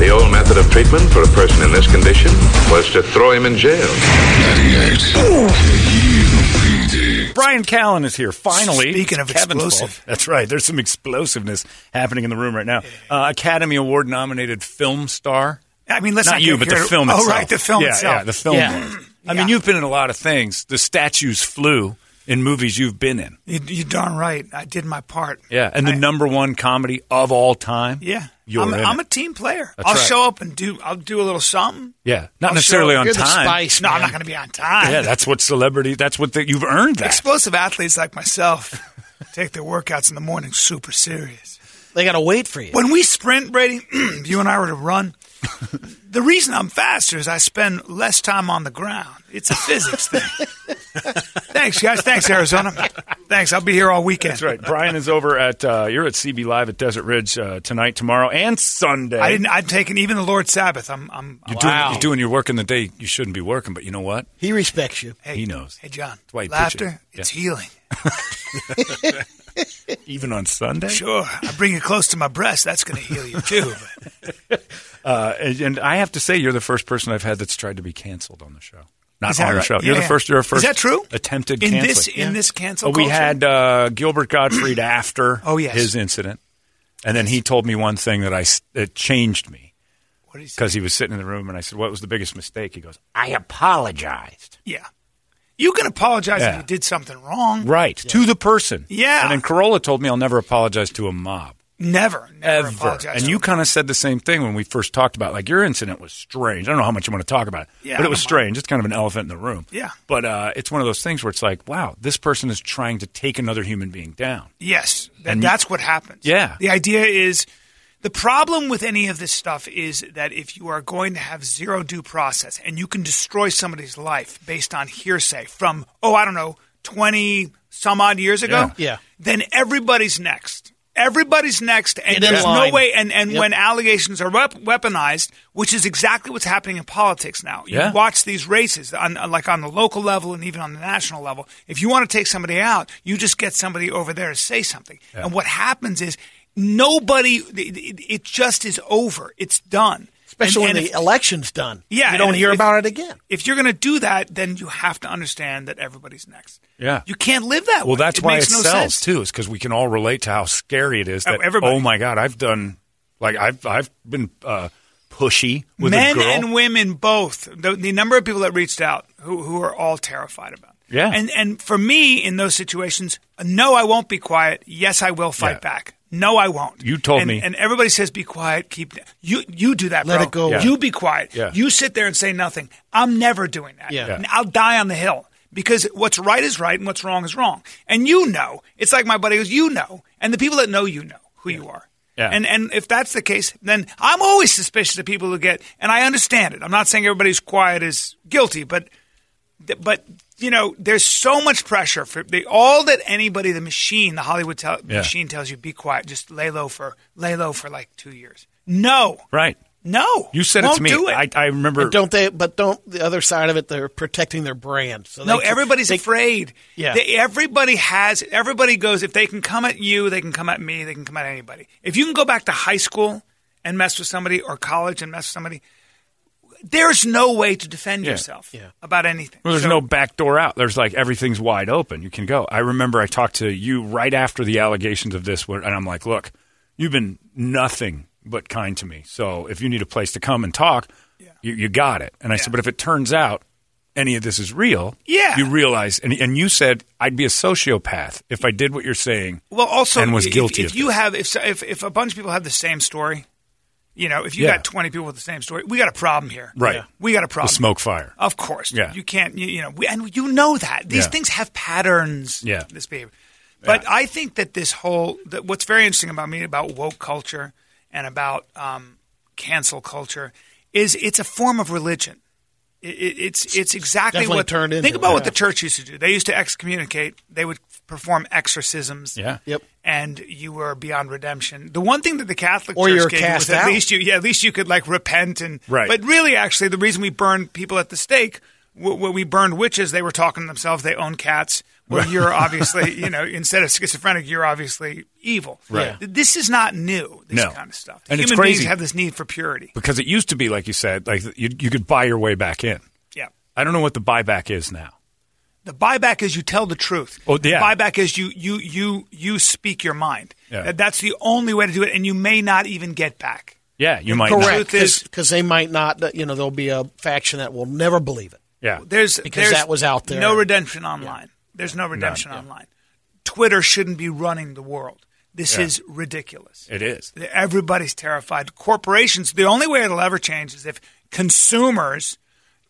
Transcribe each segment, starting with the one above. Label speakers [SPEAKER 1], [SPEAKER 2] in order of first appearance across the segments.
[SPEAKER 1] The old method of treatment for a person in this condition was to throw him in jail.
[SPEAKER 2] 98. KUPD.
[SPEAKER 3] Brian Callen is here finally.
[SPEAKER 4] Speaking of
[SPEAKER 3] It's Kevin's
[SPEAKER 4] explosive.
[SPEAKER 3] fault. that's right. There's some explosiveness happening in the room right now. Uh, Academy Award nominated film star.
[SPEAKER 4] I mean, let's
[SPEAKER 3] Not
[SPEAKER 4] not
[SPEAKER 3] you,
[SPEAKER 4] get
[SPEAKER 3] but the
[SPEAKER 4] here-
[SPEAKER 3] film.
[SPEAKER 4] Oh,
[SPEAKER 3] itself.
[SPEAKER 4] right, the film
[SPEAKER 3] yeah,
[SPEAKER 4] itself.
[SPEAKER 3] Yeah, the film. was. I mean,
[SPEAKER 4] Yeah.
[SPEAKER 3] you've been in a lot of things. The statues flew in movies you've been in.
[SPEAKER 4] You, you're darn right. I did my part.
[SPEAKER 3] Yeah, and the
[SPEAKER 4] I-
[SPEAKER 3] number one comedy of all time.
[SPEAKER 4] Yeah,
[SPEAKER 3] You're
[SPEAKER 4] I'm,
[SPEAKER 3] in
[SPEAKER 4] I'm
[SPEAKER 3] it.
[SPEAKER 4] a team player.
[SPEAKER 3] That's
[SPEAKER 4] I'll
[SPEAKER 3] right.
[SPEAKER 4] show up and do. I'll do a little something.
[SPEAKER 3] yeah, not
[SPEAKER 4] I'll
[SPEAKER 3] necessarily
[SPEAKER 4] show-
[SPEAKER 3] on
[SPEAKER 5] You're the
[SPEAKER 3] time.
[SPEAKER 5] spice.
[SPEAKER 4] No, I'm
[SPEAKER 5] man.
[SPEAKER 4] not going to be on time.
[SPEAKER 3] Yeah, that's what celebrity. That's what the, you've earned. That
[SPEAKER 4] Explosive athletes like myself take their workouts in the morning super serious.
[SPEAKER 5] They got to wait for you.
[SPEAKER 4] When we sprint, Brady, you and I were to run. The reason I'm faster is I spend less time on the ground. It's a physics thing. Thanks, guys. Thanks, Arizona. Thanks. I'll be here all weekend.
[SPEAKER 3] That's right. Brian is over at uh, you're at CB Live at Desert Ridge uh, tonight, tomorrow, and Sunday.
[SPEAKER 4] I didn't. I've taken even the Lord Sabbath. I'm. I'm.
[SPEAKER 3] You're,
[SPEAKER 5] Wow.
[SPEAKER 3] doing, you're doing your work in the day you shouldn't be working, but you know what?
[SPEAKER 5] He respects you.
[SPEAKER 4] hey,
[SPEAKER 3] he knows.
[SPEAKER 4] Hey, John.
[SPEAKER 3] That's why he pitches.
[SPEAKER 4] laughter.
[SPEAKER 3] Yeah.
[SPEAKER 4] It's healing.
[SPEAKER 3] Even on Sunday?
[SPEAKER 4] Sure. I bring it close to my breast. That's going to heal you too. But
[SPEAKER 3] Uh, and, and I have to say, you're the first person I've had that's tried to be canceled on the show. Not
[SPEAKER 4] Is that
[SPEAKER 3] on the
[SPEAKER 4] right?
[SPEAKER 3] show. you're
[SPEAKER 4] Yeah,
[SPEAKER 3] the
[SPEAKER 4] yeah.
[SPEAKER 3] first. You're a first.
[SPEAKER 4] Is that true?
[SPEAKER 3] Attempted
[SPEAKER 4] in
[SPEAKER 3] canceling.
[SPEAKER 4] this in this cancel,
[SPEAKER 3] Uh, we
[SPEAKER 4] culture?
[SPEAKER 3] had uh, Gilbert Gottfried after
[SPEAKER 4] Oh, yes.
[SPEAKER 3] his incident, and then he told me one thing that I s- that changed me
[SPEAKER 4] What did he say?
[SPEAKER 3] because he was sitting in the room, and I said, "What was the biggest mistake?" He goes, "I apologized."
[SPEAKER 4] Yeah. You can apologize
[SPEAKER 3] Yeah.
[SPEAKER 4] if you did something wrong.
[SPEAKER 3] Right to the person.
[SPEAKER 4] Yeah.
[SPEAKER 3] And then Corolla told me, "I'll never apologize to a mob."
[SPEAKER 4] Never, never
[SPEAKER 3] ever.
[SPEAKER 4] apologize.
[SPEAKER 3] And you kind of said the same thing when we first talked about like your incident was strange. I don't know how much you want to talk about it,
[SPEAKER 4] Yeah,
[SPEAKER 3] but
[SPEAKER 4] I
[SPEAKER 3] it was
[SPEAKER 4] don't
[SPEAKER 3] strange. It's kind of an elephant in the room.
[SPEAKER 4] Yeah.
[SPEAKER 3] But uh, it's one of those things where it's like, wow, this person is trying to take another human being down.
[SPEAKER 4] Yes, that,
[SPEAKER 3] And you-
[SPEAKER 4] that's what happens.
[SPEAKER 3] Yeah.
[SPEAKER 4] The idea is the problem with any of this stuff is that if you are going to have zero due process and you can destroy somebody's life based on hearsay from, oh, I don't know, 20 some odd years ago,
[SPEAKER 5] Yeah.
[SPEAKER 4] yeah.
[SPEAKER 5] Yeah.
[SPEAKER 4] then everybody's next. Everybody's next, and
[SPEAKER 5] Get in
[SPEAKER 4] there's
[SPEAKER 5] line.
[SPEAKER 4] no way. And, and
[SPEAKER 5] Yep.
[SPEAKER 4] when allegations are wep- weaponized, which is exactly what's happening in politics now, you
[SPEAKER 3] Yeah.
[SPEAKER 4] watch these races, on, like on the local level and even on the national level. If you want to take somebody out, you just get somebody over there to say something. And what happens is nobody, it, it- it just is over. It's done.
[SPEAKER 5] Especially
[SPEAKER 4] And-
[SPEAKER 5] when
[SPEAKER 4] and
[SPEAKER 5] the
[SPEAKER 4] if,
[SPEAKER 5] election's done.
[SPEAKER 4] Yeah,
[SPEAKER 5] You don't
[SPEAKER 4] and
[SPEAKER 5] hear
[SPEAKER 4] if-
[SPEAKER 5] about it again.
[SPEAKER 4] if you're going to do that, then you have to understand that everybody's next.
[SPEAKER 3] Yeah.
[SPEAKER 4] You can't live that way.
[SPEAKER 3] Well, that's
[SPEAKER 4] Oh, it
[SPEAKER 3] why it
[SPEAKER 4] makes no
[SPEAKER 3] sells
[SPEAKER 4] sense.
[SPEAKER 3] too, is because we can all relate to how scary it is.
[SPEAKER 4] Oh,
[SPEAKER 3] That
[SPEAKER 4] everybody.
[SPEAKER 3] oh my god, I've done like I've I've been uh, pushy with
[SPEAKER 4] men
[SPEAKER 3] a girl.
[SPEAKER 4] and women both. The, the number of people that reached out who, who are all terrified about. it.
[SPEAKER 3] Yeah.
[SPEAKER 4] And and for me in those situations, no, I won't be quiet. Yes, I will fight
[SPEAKER 3] Yeah.
[SPEAKER 4] back. No, I won't.
[SPEAKER 3] You told
[SPEAKER 4] And-
[SPEAKER 3] me.
[SPEAKER 4] And everybody says be quiet. Keep you you do that.
[SPEAKER 5] Let
[SPEAKER 4] bro.
[SPEAKER 5] it go.
[SPEAKER 3] Yeah.
[SPEAKER 4] You be quiet.
[SPEAKER 3] Yeah.
[SPEAKER 4] You sit there and say nothing. I'm never doing that.
[SPEAKER 5] Yeah. Yeah.
[SPEAKER 4] And I'll die on the hill because what's right is right and what's wrong is wrong. And you know, it's like my buddy goes, you know, and the people that know you know who you are.
[SPEAKER 3] Yeah.
[SPEAKER 4] And and if that's the case, then I'm always suspicious of people who get. And I understand it. I'm not saying everybody who's quiet is guilty, but but you know, there's so much pressure for the, all that anybody, the machine, the Hollywood tel-
[SPEAKER 3] Yeah.
[SPEAKER 4] machine tells you, be quiet, just lay low for lay low for like two years. No,
[SPEAKER 3] right.
[SPEAKER 4] no,
[SPEAKER 3] You said it
[SPEAKER 4] Won't
[SPEAKER 3] to me.
[SPEAKER 4] Do it.
[SPEAKER 3] I, I remember.
[SPEAKER 5] But don't they? But don't the other side of it? They're protecting their brand. So
[SPEAKER 4] No,
[SPEAKER 5] they can-
[SPEAKER 4] everybody's
[SPEAKER 5] they-
[SPEAKER 4] afraid.
[SPEAKER 5] Yeah.
[SPEAKER 4] They- everybody has. Everybody goes. If they can come at you, they can come at me. They can come at anybody. If you can go back to high school and mess with somebody, or college and mess with somebody, there's no way to defend
[SPEAKER 3] Yeah.
[SPEAKER 4] yourself
[SPEAKER 5] Yeah.
[SPEAKER 4] about anything.
[SPEAKER 3] Well, there's
[SPEAKER 4] So-
[SPEAKER 3] no back door out. There's like everything's wide open. You can go. I remember I talked to you right after the allegations of this, where, and I'm like, look, you've been nothing but kind to me. So if you need a place to come and talk, you, you got it. And I said, but if it turns out any of this is real,
[SPEAKER 4] Yeah.
[SPEAKER 3] you realize. And, and you said I'd be a sociopath if I did what you're saying.
[SPEAKER 4] Well, also,
[SPEAKER 3] and was
[SPEAKER 4] if,
[SPEAKER 3] guilty.
[SPEAKER 4] If
[SPEAKER 3] of
[SPEAKER 4] you
[SPEAKER 3] this.
[SPEAKER 4] have, if, so- if if a bunch of people have the same story, you know, if you
[SPEAKER 3] Yeah.
[SPEAKER 4] got twenty people with the same story, we got a problem here.
[SPEAKER 3] Right.
[SPEAKER 4] Yeah. We got a
[SPEAKER 3] the
[SPEAKER 4] problem.
[SPEAKER 3] smoke fire,
[SPEAKER 4] Of course.
[SPEAKER 3] Yeah.
[SPEAKER 4] You can't. You, you know, we, and you know that these
[SPEAKER 3] Yeah.
[SPEAKER 4] things have patterns.
[SPEAKER 3] Yeah.
[SPEAKER 4] This behavior. But I think that this whole that what's very interesting about me about woke culture and about um, cancel culture is it's a form of religion. It, it, it's it's exactly
[SPEAKER 5] Definitely
[SPEAKER 4] what
[SPEAKER 5] turned into
[SPEAKER 4] think about
[SPEAKER 5] it,
[SPEAKER 4] what
[SPEAKER 5] yeah.
[SPEAKER 4] the church used to do. They used to excommunicate. They would perform exorcisms
[SPEAKER 3] yeah,
[SPEAKER 5] Yep.
[SPEAKER 4] and you were beyond redemption. The one thing that the Catholic
[SPEAKER 5] Or
[SPEAKER 4] Church
[SPEAKER 5] you're
[SPEAKER 4] gave
[SPEAKER 5] cast
[SPEAKER 4] was at
[SPEAKER 5] out.
[SPEAKER 4] least you, yeah, at least you could like repent and
[SPEAKER 3] Right.
[SPEAKER 4] But really, actually, the reason we burned people at the stake, wh- when we burned witches, they were talking to themselves. They own cats. Well, you're obviously, you know, instead of schizophrenic, you're obviously evil.
[SPEAKER 3] Right.
[SPEAKER 4] Th- This is not new. This
[SPEAKER 3] No.
[SPEAKER 4] kind of stuff.
[SPEAKER 3] And it's
[SPEAKER 4] Human
[SPEAKER 3] crazy.
[SPEAKER 4] beings have this need for purity.
[SPEAKER 3] because it used to be like you said, like you you could buy your way back in.
[SPEAKER 4] Yeah.
[SPEAKER 3] I don't know what the buyback is now.
[SPEAKER 4] The buyback is you tell the truth.
[SPEAKER 3] Oh, yeah.
[SPEAKER 4] The buyback is you you you you speak your mind.
[SPEAKER 3] Yeah.
[SPEAKER 4] That- That's the only way to do it, and you may not even get back.
[SPEAKER 3] Yeah, you might
[SPEAKER 4] Correct.
[SPEAKER 3] Not.
[SPEAKER 4] truth is-
[SPEAKER 5] Because they might not, uh, you know, there'll be a faction that will never believe it.
[SPEAKER 3] Yeah,
[SPEAKER 4] There's
[SPEAKER 5] Because
[SPEAKER 4] there's
[SPEAKER 5] that was out there.
[SPEAKER 4] No redemption online. There's no redemption online. Twitter shouldn't be running the world. This
[SPEAKER 3] Yeah.
[SPEAKER 4] is ridiculous.
[SPEAKER 3] it is.
[SPEAKER 4] Everybody's terrified. Corporations. The only way it'll ever change is if consumers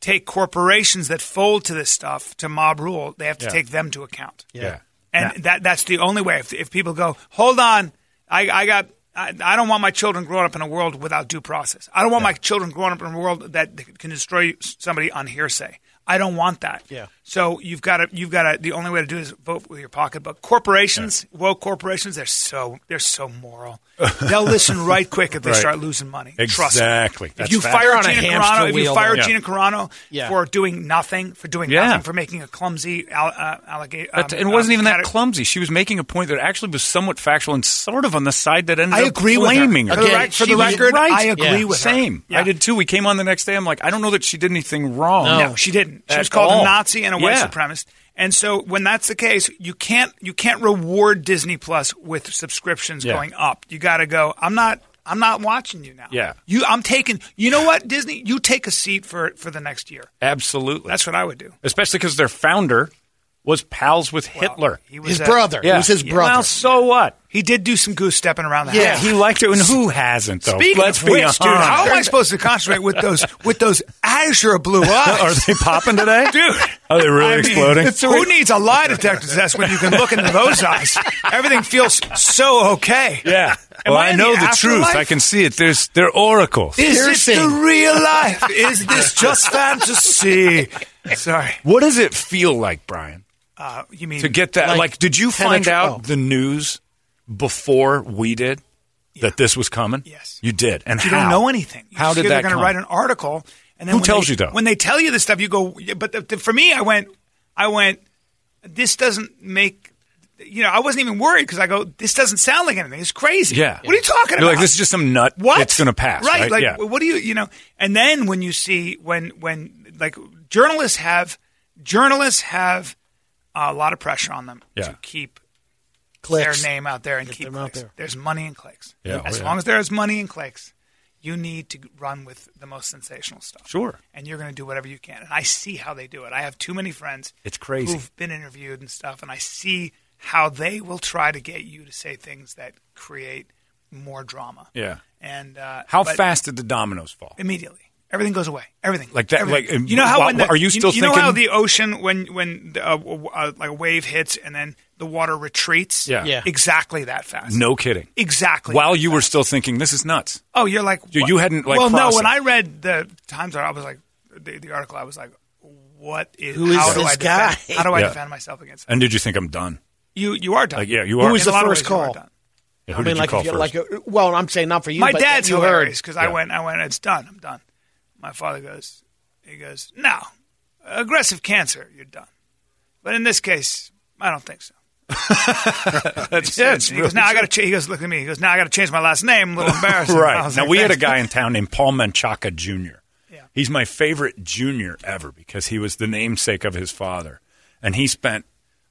[SPEAKER 4] take corporations that fold to this stuff to mob rule. They have to
[SPEAKER 3] Yeah.
[SPEAKER 4] take them to account.
[SPEAKER 3] Yeah.
[SPEAKER 4] And that that's the only way. If, if people go, hold on, I, I got. I, I don't want my children growing up in a world without due process. I don't want my children growing up in a world that can destroy somebody on hearsay. I don't want that.
[SPEAKER 5] Yeah.
[SPEAKER 4] So you've got to you've got to the only way to do it is vote with your pocketbook. Corporations, woke corporations, they're so they're so moral. They'll listen right quick if they
[SPEAKER 3] Right.
[SPEAKER 4] start losing money. Trust me.
[SPEAKER 3] Exactly.
[SPEAKER 4] If
[SPEAKER 3] That's
[SPEAKER 4] you
[SPEAKER 3] fact.
[SPEAKER 4] fire
[SPEAKER 5] They're on a
[SPEAKER 4] Gina
[SPEAKER 5] hamster
[SPEAKER 4] Carano, if you
[SPEAKER 5] wheel,
[SPEAKER 4] fire
[SPEAKER 5] though.
[SPEAKER 4] Gina Carano
[SPEAKER 5] Yeah.
[SPEAKER 4] for doing nothing, for doing
[SPEAKER 3] Yeah.
[SPEAKER 4] nothing, for making a clumsy al- uh, allegation,
[SPEAKER 3] But it
[SPEAKER 4] um,
[SPEAKER 3] wasn't even that clumsy. She was making a point that actually was somewhat factual and sort of on the side that ended
[SPEAKER 4] I
[SPEAKER 3] up
[SPEAKER 4] agree with her.
[SPEAKER 3] blaming her.
[SPEAKER 4] For the
[SPEAKER 5] Again,
[SPEAKER 4] rec- for
[SPEAKER 5] she
[SPEAKER 4] the
[SPEAKER 5] was
[SPEAKER 4] record,
[SPEAKER 3] right.
[SPEAKER 4] I agree
[SPEAKER 5] Yeah.
[SPEAKER 4] with her.
[SPEAKER 3] Same.
[SPEAKER 4] Yeah.
[SPEAKER 3] I did too. We came on the next day. I'm like, I don't know that she did anything wrong.
[SPEAKER 4] No, she didn't. She
[SPEAKER 3] At
[SPEAKER 4] was called
[SPEAKER 3] all.
[SPEAKER 4] a Nazi and a white
[SPEAKER 3] Yeah.
[SPEAKER 4] supremacist. And so when that's the case, you can't you can't reward Disney Plus with subscriptions
[SPEAKER 3] Yeah.
[SPEAKER 4] going up. You got to go. I'm not. I'm not watching you now.
[SPEAKER 3] Yeah.
[SPEAKER 4] You. I'm taking. You know what, Disney? You take a seat for for the next year.
[SPEAKER 3] Absolutely.
[SPEAKER 4] That's what I would do.
[SPEAKER 3] Especially because their founder was pals with Hitler.
[SPEAKER 4] He was
[SPEAKER 5] His
[SPEAKER 4] a-
[SPEAKER 5] brother.
[SPEAKER 3] Yeah.
[SPEAKER 5] It was his
[SPEAKER 3] Yeah.
[SPEAKER 5] brother.
[SPEAKER 3] Well, so what?
[SPEAKER 4] He did do some goose stepping around the
[SPEAKER 5] Yeah.
[SPEAKER 4] house.
[SPEAKER 3] He liked it, and who hasn't? Though.
[SPEAKER 4] Speaking
[SPEAKER 3] Let's
[SPEAKER 4] of
[SPEAKER 3] be
[SPEAKER 4] which, dude,
[SPEAKER 3] honest.
[SPEAKER 4] how am I supposed to concentrate with those with those azure blue
[SPEAKER 3] Are
[SPEAKER 4] eyes?
[SPEAKER 3] they popping today,
[SPEAKER 4] Dude.
[SPEAKER 3] Are they really
[SPEAKER 4] I mean,
[SPEAKER 3] exploding?
[SPEAKER 4] Who needs a lie detector test when you can look into those eyes? Everything feels so okay.
[SPEAKER 3] yeah.
[SPEAKER 4] Am
[SPEAKER 3] well,
[SPEAKER 4] I
[SPEAKER 3] I
[SPEAKER 4] in
[SPEAKER 3] know
[SPEAKER 4] the
[SPEAKER 3] the, truth.
[SPEAKER 4] afterlife?
[SPEAKER 3] I can see it. There's they're oracles.
[SPEAKER 4] Is it the
[SPEAKER 5] Piercing.
[SPEAKER 4] real life? Is this just fantasy? Sorry.
[SPEAKER 3] what does it feel like, Brian?
[SPEAKER 4] Uh, you mean
[SPEAKER 3] to get that
[SPEAKER 5] Like,
[SPEAKER 3] like, did you find
[SPEAKER 5] penetra-
[SPEAKER 3] out
[SPEAKER 5] oh.
[SPEAKER 3] the news before we did that this was coming
[SPEAKER 4] Yes.
[SPEAKER 3] you did and
[SPEAKER 4] You
[SPEAKER 3] how?
[SPEAKER 4] don't know anything. You
[SPEAKER 3] how
[SPEAKER 4] just
[SPEAKER 3] did
[SPEAKER 4] hear
[SPEAKER 3] that
[SPEAKER 4] They're
[SPEAKER 3] come
[SPEAKER 4] to write an article, and then
[SPEAKER 3] Who
[SPEAKER 4] when
[SPEAKER 3] tells
[SPEAKER 4] they-
[SPEAKER 3] you though?
[SPEAKER 4] When they tell you this stuff, you go. yeah, But the, the, for me, I went. I went. This doesn't make. You know, I wasn't even worried because I go. This doesn't sound like anything. It's crazy.
[SPEAKER 3] yeah
[SPEAKER 4] What are you talking
[SPEAKER 3] You're
[SPEAKER 4] about?
[SPEAKER 3] like this is just some nut
[SPEAKER 4] what
[SPEAKER 3] Uh, it's gonna pass
[SPEAKER 4] right,
[SPEAKER 3] right,
[SPEAKER 4] like
[SPEAKER 3] yeah.
[SPEAKER 4] what do you you know and then when you see when when like journalists have journalists have a lot of pressure on them
[SPEAKER 3] Yeah.
[SPEAKER 4] to keep
[SPEAKER 5] Clicks.
[SPEAKER 4] their name out there and keep
[SPEAKER 5] them out
[SPEAKER 4] clicks.
[SPEAKER 5] there.
[SPEAKER 4] there's money in clicks
[SPEAKER 3] Yeah,
[SPEAKER 4] as
[SPEAKER 3] oh, yeah.
[SPEAKER 4] long as there is money in clicks you need to run with the most sensational stuff
[SPEAKER 3] Sure.
[SPEAKER 4] and you're going to do whatever you can and i see how they do it i have too many friends
[SPEAKER 3] It's crazy.
[SPEAKER 4] who've been interviewed and stuff and i see how they will try to get you to say things that create more drama
[SPEAKER 3] Yeah.
[SPEAKER 4] and uh,
[SPEAKER 3] how
[SPEAKER 4] but-
[SPEAKER 3] fast did the dominoes fall
[SPEAKER 4] immediately. Everything goes away. Everything
[SPEAKER 3] Like that-
[SPEAKER 4] Everything.
[SPEAKER 3] like, um,
[SPEAKER 4] you know how
[SPEAKER 3] wha-
[SPEAKER 4] when the,
[SPEAKER 3] are you still
[SPEAKER 4] you know how
[SPEAKER 3] thinking-
[SPEAKER 4] the ocean when when the, uh, w- uh, like a wave hits and then the water retreats.
[SPEAKER 3] Yeah. Yeah.
[SPEAKER 4] exactly that fast.
[SPEAKER 3] no kidding
[SPEAKER 4] exactly.
[SPEAKER 3] while you were still thinking this is nuts
[SPEAKER 4] oh, you're like
[SPEAKER 3] You-
[SPEAKER 4] what?
[SPEAKER 3] you hadn't, like,
[SPEAKER 4] well no.
[SPEAKER 3] processed.
[SPEAKER 4] When I read the Times article, I was like the, the article. I was like, what is
[SPEAKER 5] Who is
[SPEAKER 4] how do
[SPEAKER 5] this
[SPEAKER 4] I defend-
[SPEAKER 5] guy?
[SPEAKER 4] How do I
[SPEAKER 3] Yeah.
[SPEAKER 4] defend myself against that?
[SPEAKER 3] and did you think i'm done
[SPEAKER 4] You you are done.
[SPEAKER 3] Like, yeah, you
[SPEAKER 4] In
[SPEAKER 3] are.
[SPEAKER 4] a
[SPEAKER 3] Who was
[SPEAKER 5] the
[SPEAKER 4] lot of
[SPEAKER 5] first
[SPEAKER 4] ways, you are
[SPEAKER 5] call?
[SPEAKER 4] done.
[SPEAKER 3] who
[SPEAKER 5] I
[SPEAKER 3] did
[SPEAKER 5] mean,
[SPEAKER 3] you
[SPEAKER 5] like,
[SPEAKER 3] call
[SPEAKER 5] if you,
[SPEAKER 3] first
[SPEAKER 5] like, uh, well, I'm saying not for you.
[SPEAKER 4] My
[SPEAKER 5] but
[SPEAKER 4] dad's
[SPEAKER 5] you
[SPEAKER 4] hilarious because I
[SPEAKER 3] Yeah.
[SPEAKER 4] went, I went, it's done, I'm done. My father goes, he goes, no, aggressive cancer, you're done. But in this case, I don't think so.
[SPEAKER 3] that's
[SPEAKER 4] So he goes, now I got to. Ch-. He goes, look at me. He goes, now I got to change my last name. A little embarrassing. I
[SPEAKER 3] right
[SPEAKER 4] was
[SPEAKER 3] now
[SPEAKER 4] like,
[SPEAKER 3] we had a
[SPEAKER 4] "Thanks."
[SPEAKER 3] guy in town named paul menchaca jr
[SPEAKER 4] Yeah.
[SPEAKER 3] he's my favorite junior ever because he was the namesake of his father and he spent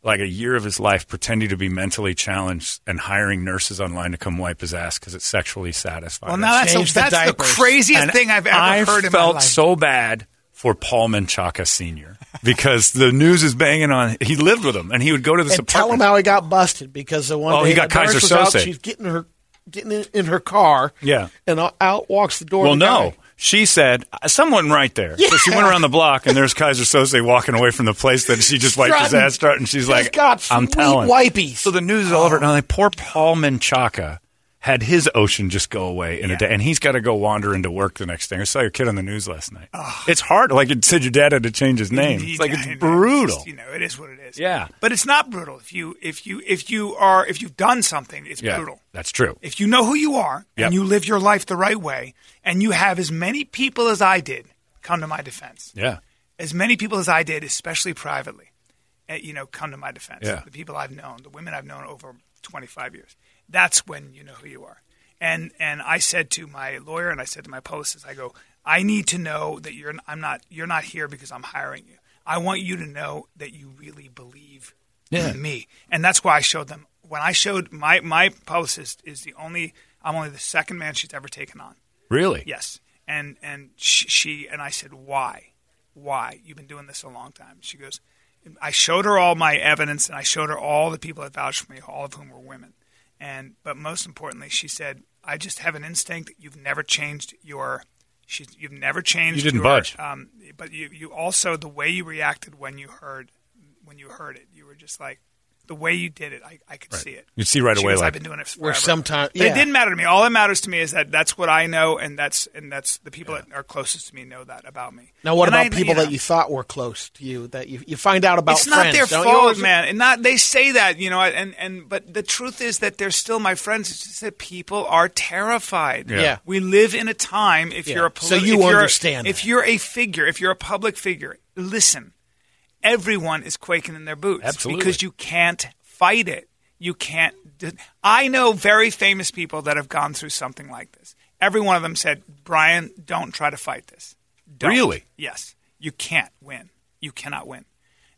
[SPEAKER 3] like a year of his life pretending to be mentally challenged and hiring nurses online to come wipe his ass because it's sexually satisfying
[SPEAKER 4] Well, now that's,
[SPEAKER 5] Change
[SPEAKER 4] the,
[SPEAKER 5] the
[SPEAKER 4] that's the
[SPEAKER 5] diapers.
[SPEAKER 4] craziest thing I've ever
[SPEAKER 3] I
[SPEAKER 4] heard in my
[SPEAKER 3] felt
[SPEAKER 4] life.
[SPEAKER 3] so bad for Paul Menchaca Sr. because the news is banging on. He lived with him, and he would go to this
[SPEAKER 5] and tell him
[SPEAKER 3] apartment.
[SPEAKER 5] how he got busted because the one
[SPEAKER 3] Oh,
[SPEAKER 5] day
[SPEAKER 3] he got
[SPEAKER 5] the nurse
[SPEAKER 3] Kaiser
[SPEAKER 5] was out,
[SPEAKER 3] Soze.
[SPEAKER 5] she's getting her getting in, in her car.
[SPEAKER 3] Yeah.
[SPEAKER 5] and o- out walks the door.
[SPEAKER 3] well,
[SPEAKER 5] the
[SPEAKER 3] no.
[SPEAKER 5] guy.
[SPEAKER 3] She said, someone right there. So she went around the block, and there's Kaiser Sose walking away from the place that she just wiped his
[SPEAKER 5] Strutting.
[SPEAKER 3] ass out, and she's
[SPEAKER 5] Just
[SPEAKER 3] like,
[SPEAKER 5] got
[SPEAKER 3] I'm
[SPEAKER 5] sweet
[SPEAKER 3] telling.
[SPEAKER 5] wipies.
[SPEAKER 3] So the news is all over. And I'm like, poor Paul Menchaca had his ocean just go away in a day, and he's got to go wander into work the next day. I saw your kid on the news last night. It's hard. Like it said, your dad had to change his name. It's like,
[SPEAKER 4] Yeah, I know.
[SPEAKER 3] it's brutal.
[SPEAKER 4] just, you know, it is what it is.
[SPEAKER 3] Yeah.
[SPEAKER 4] but it's not brutal if you if you if you are if you've done something, it's
[SPEAKER 3] yeah,
[SPEAKER 4] brutal.
[SPEAKER 3] that's true.
[SPEAKER 4] If you know who you are
[SPEAKER 3] Yep.
[SPEAKER 4] and you live your life the right way, and you have as many people as I did come to my defense,
[SPEAKER 3] Yeah.
[SPEAKER 4] as many people as I did, especially privately, eh, you know, come to my defense.
[SPEAKER 3] Yeah.
[SPEAKER 4] The people I've known, the women I've known over 25 years. That's when you know who you are. And and I said to my lawyer and I said to my publicist, I go, I need to know that you're I'm not you're not here because I'm hiring you. I want you to know that you really believe
[SPEAKER 3] Yeah.
[SPEAKER 4] in me. And that's why I showed them. When I showed my my publicist is the only I'm only the second man she's ever taken on.
[SPEAKER 3] Really?
[SPEAKER 4] Yes. And and she, she and I said, "Why? Why? You've been doing this a long time." She goes, "I showed her all my evidence, and I showed her all the people that vouched for me, all of whom were women." And but most importantly, she said, "I just have an instinct. You've never changed your." She's, you've never changed.
[SPEAKER 3] You didn't
[SPEAKER 4] your,
[SPEAKER 3] budge.
[SPEAKER 4] Um, but you, you also the way you reacted when you heard when you heard it, you were just like the way you did it. I, I could see it.
[SPEAKER 3] You'd see right
[SPEAKER 4] She
[SPEAKER 3] away,
[SPEAKER 4] goes,
[SPEAKER 3] like-
[SPEAKER 4] I've been doing it forever.
[SPEAKER 5] Or sometime-
[SPEAKER 4] But
[SPEAKER 5] yeah.
[SPEAKER 4] it didn't matter to me. All that matters to me is that that's what I know, and that's and that's the people that are closest to me know that about me.
[SPEAKER 5] Now, what
[SPEAKER 4] And
[SPEAKER 5] about
[SPEAKER 4] I-
[SPEAKER 5] people
[SPEAKER 4] know,
[SPEAKER 5] that you thought were close to you that you, you find out about?
[SPEAKER 4] It's not
[SPEAKER 5] friends,
[SPEAKER 4] their
[SPEAKER 5] don't
[SPEAKER 4] fault,
[SPEAKER 5] you? Always-
[SPEAKER 4] man. And not they say that, you know. And and but the truth is that they're still my friends. It's just that people are terrified.
[SPEAKER 5] Yeah. Yeah.
[SPEAKER 4] we live in a time. If
[SPEAKER 5] Yeah.
[SPEAKER 4] you're a
[SPEAKER 5] So
[SPEAKER 4] politi-
[SPEAKER 5] you
[SPEAKER 4] if you're-
[SPEAKER 5] understand
[SPEAKER 4] If
[SPEAKER 5] that.
[SPEAKER 4] you're a figure, if you're a public figure, listen. Everyone is quaking in their boots
[SPEAKER 3] Absolutely.
[SPEAKER 4] because you can't fight it. You can't. I know very famous people that have gone through something like this. Every one of them said, "Brian, don't try to fight this." Don't.
[SPEAKER 3] Really?
[SPEAKER 4] Yes. You can't win. You cannot win.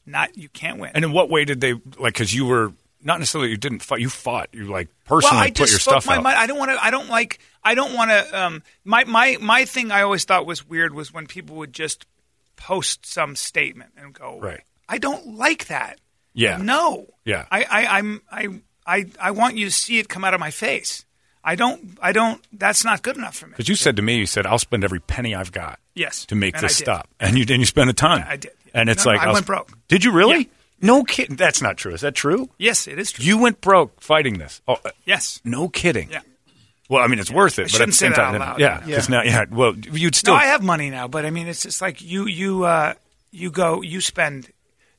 [SPEAKER 4] Not you can't win.
[SPEAKER 3] And in what way did they like? Because you were not necessarily you didn't fight. You fought. You like personally
[SPEAKER 4] well, I
[SPEAKER 3] put
[SPEAKER 4] just
[SPEAKER 3] your
[SPEAKER 4] spoke
[SPEAKER 3] stuff
[SPEAKER 4] my
[SPEAKER 3] out.
[SPEAKER 4] mind. I don't want to. I don't like. I don't want to. Um, my my my thing I always thought was weird was when people would just post some statement and go.
[SPEAKER 3] Right.
[SPEAKER 4] I don't like that.
[SPEAKER 3] Yeah.
[SPEAKER 4] No.
[SPEAKER 3] Yeah.
[SPEAKER 4] I, I I'm I I I want you to see it come out of my face. I don't. I don't. That's not good enough for me.
[SPEAKER 3] Because you said to me, you said, "I'll spend every penny I've got."
[SPEAKER 4] Yes,
[SPEAKER 3] To make
[SPEAKER 4] and
[SPEAKER 3] this
[SPEAKER 4] I did.
[SPEAKER 3] stop, and you did. You spent a ton.
[SPEAKER 4] I did.
[SPEAKER 3] And it's
[SPEAKER 4] No,
[SPEAKER 3] like
[SPEAKER 4] I
[SPEAKER 3] was-
[SPEAKER 4] went broke.
[SPEAKER 3] Did you really?
[SPEAKER 4] Yeah.
[SPEAKER 3] No kidding. That's not true. Is that true?
[SPEAKER 4] Yes, it is true.
[SPEAKER 3] You went broke fighting this. Oh, uh,
[SPEAKER 4] yes.
[SPEAKER 3] no kidding.
[SPEAKER 4] Yeah.
[SPEAKER 3] Well, I mean, it's worth it.
[SPEAKER 4] I
[SPEAKER 3] but at
[SPEAKER 4] shouldn't
[SPEAKER 3] the
[SPEAKER 4] say
[SPEAKER 3] same
[SPEAKER 4] that
[SPEAKER 3] time,
[SPEAKER 4] out loud.
[SPEAKER 3] yeah. Because now, yeah. Well, you'd still.
[SPEAKER 4] No, I have money now, but I mean, it's just like you, you, uh, you go, you spend.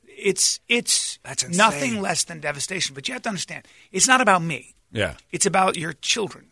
[SPEAKER 4] It's it's
[SPEAKER 3] That's insane.
[SPEAKER 4] nothing less than devastation. But you have to understand, it's not about me.
[SPEAKER 3] Yeah.
[SPEAKER 4] it's about your children.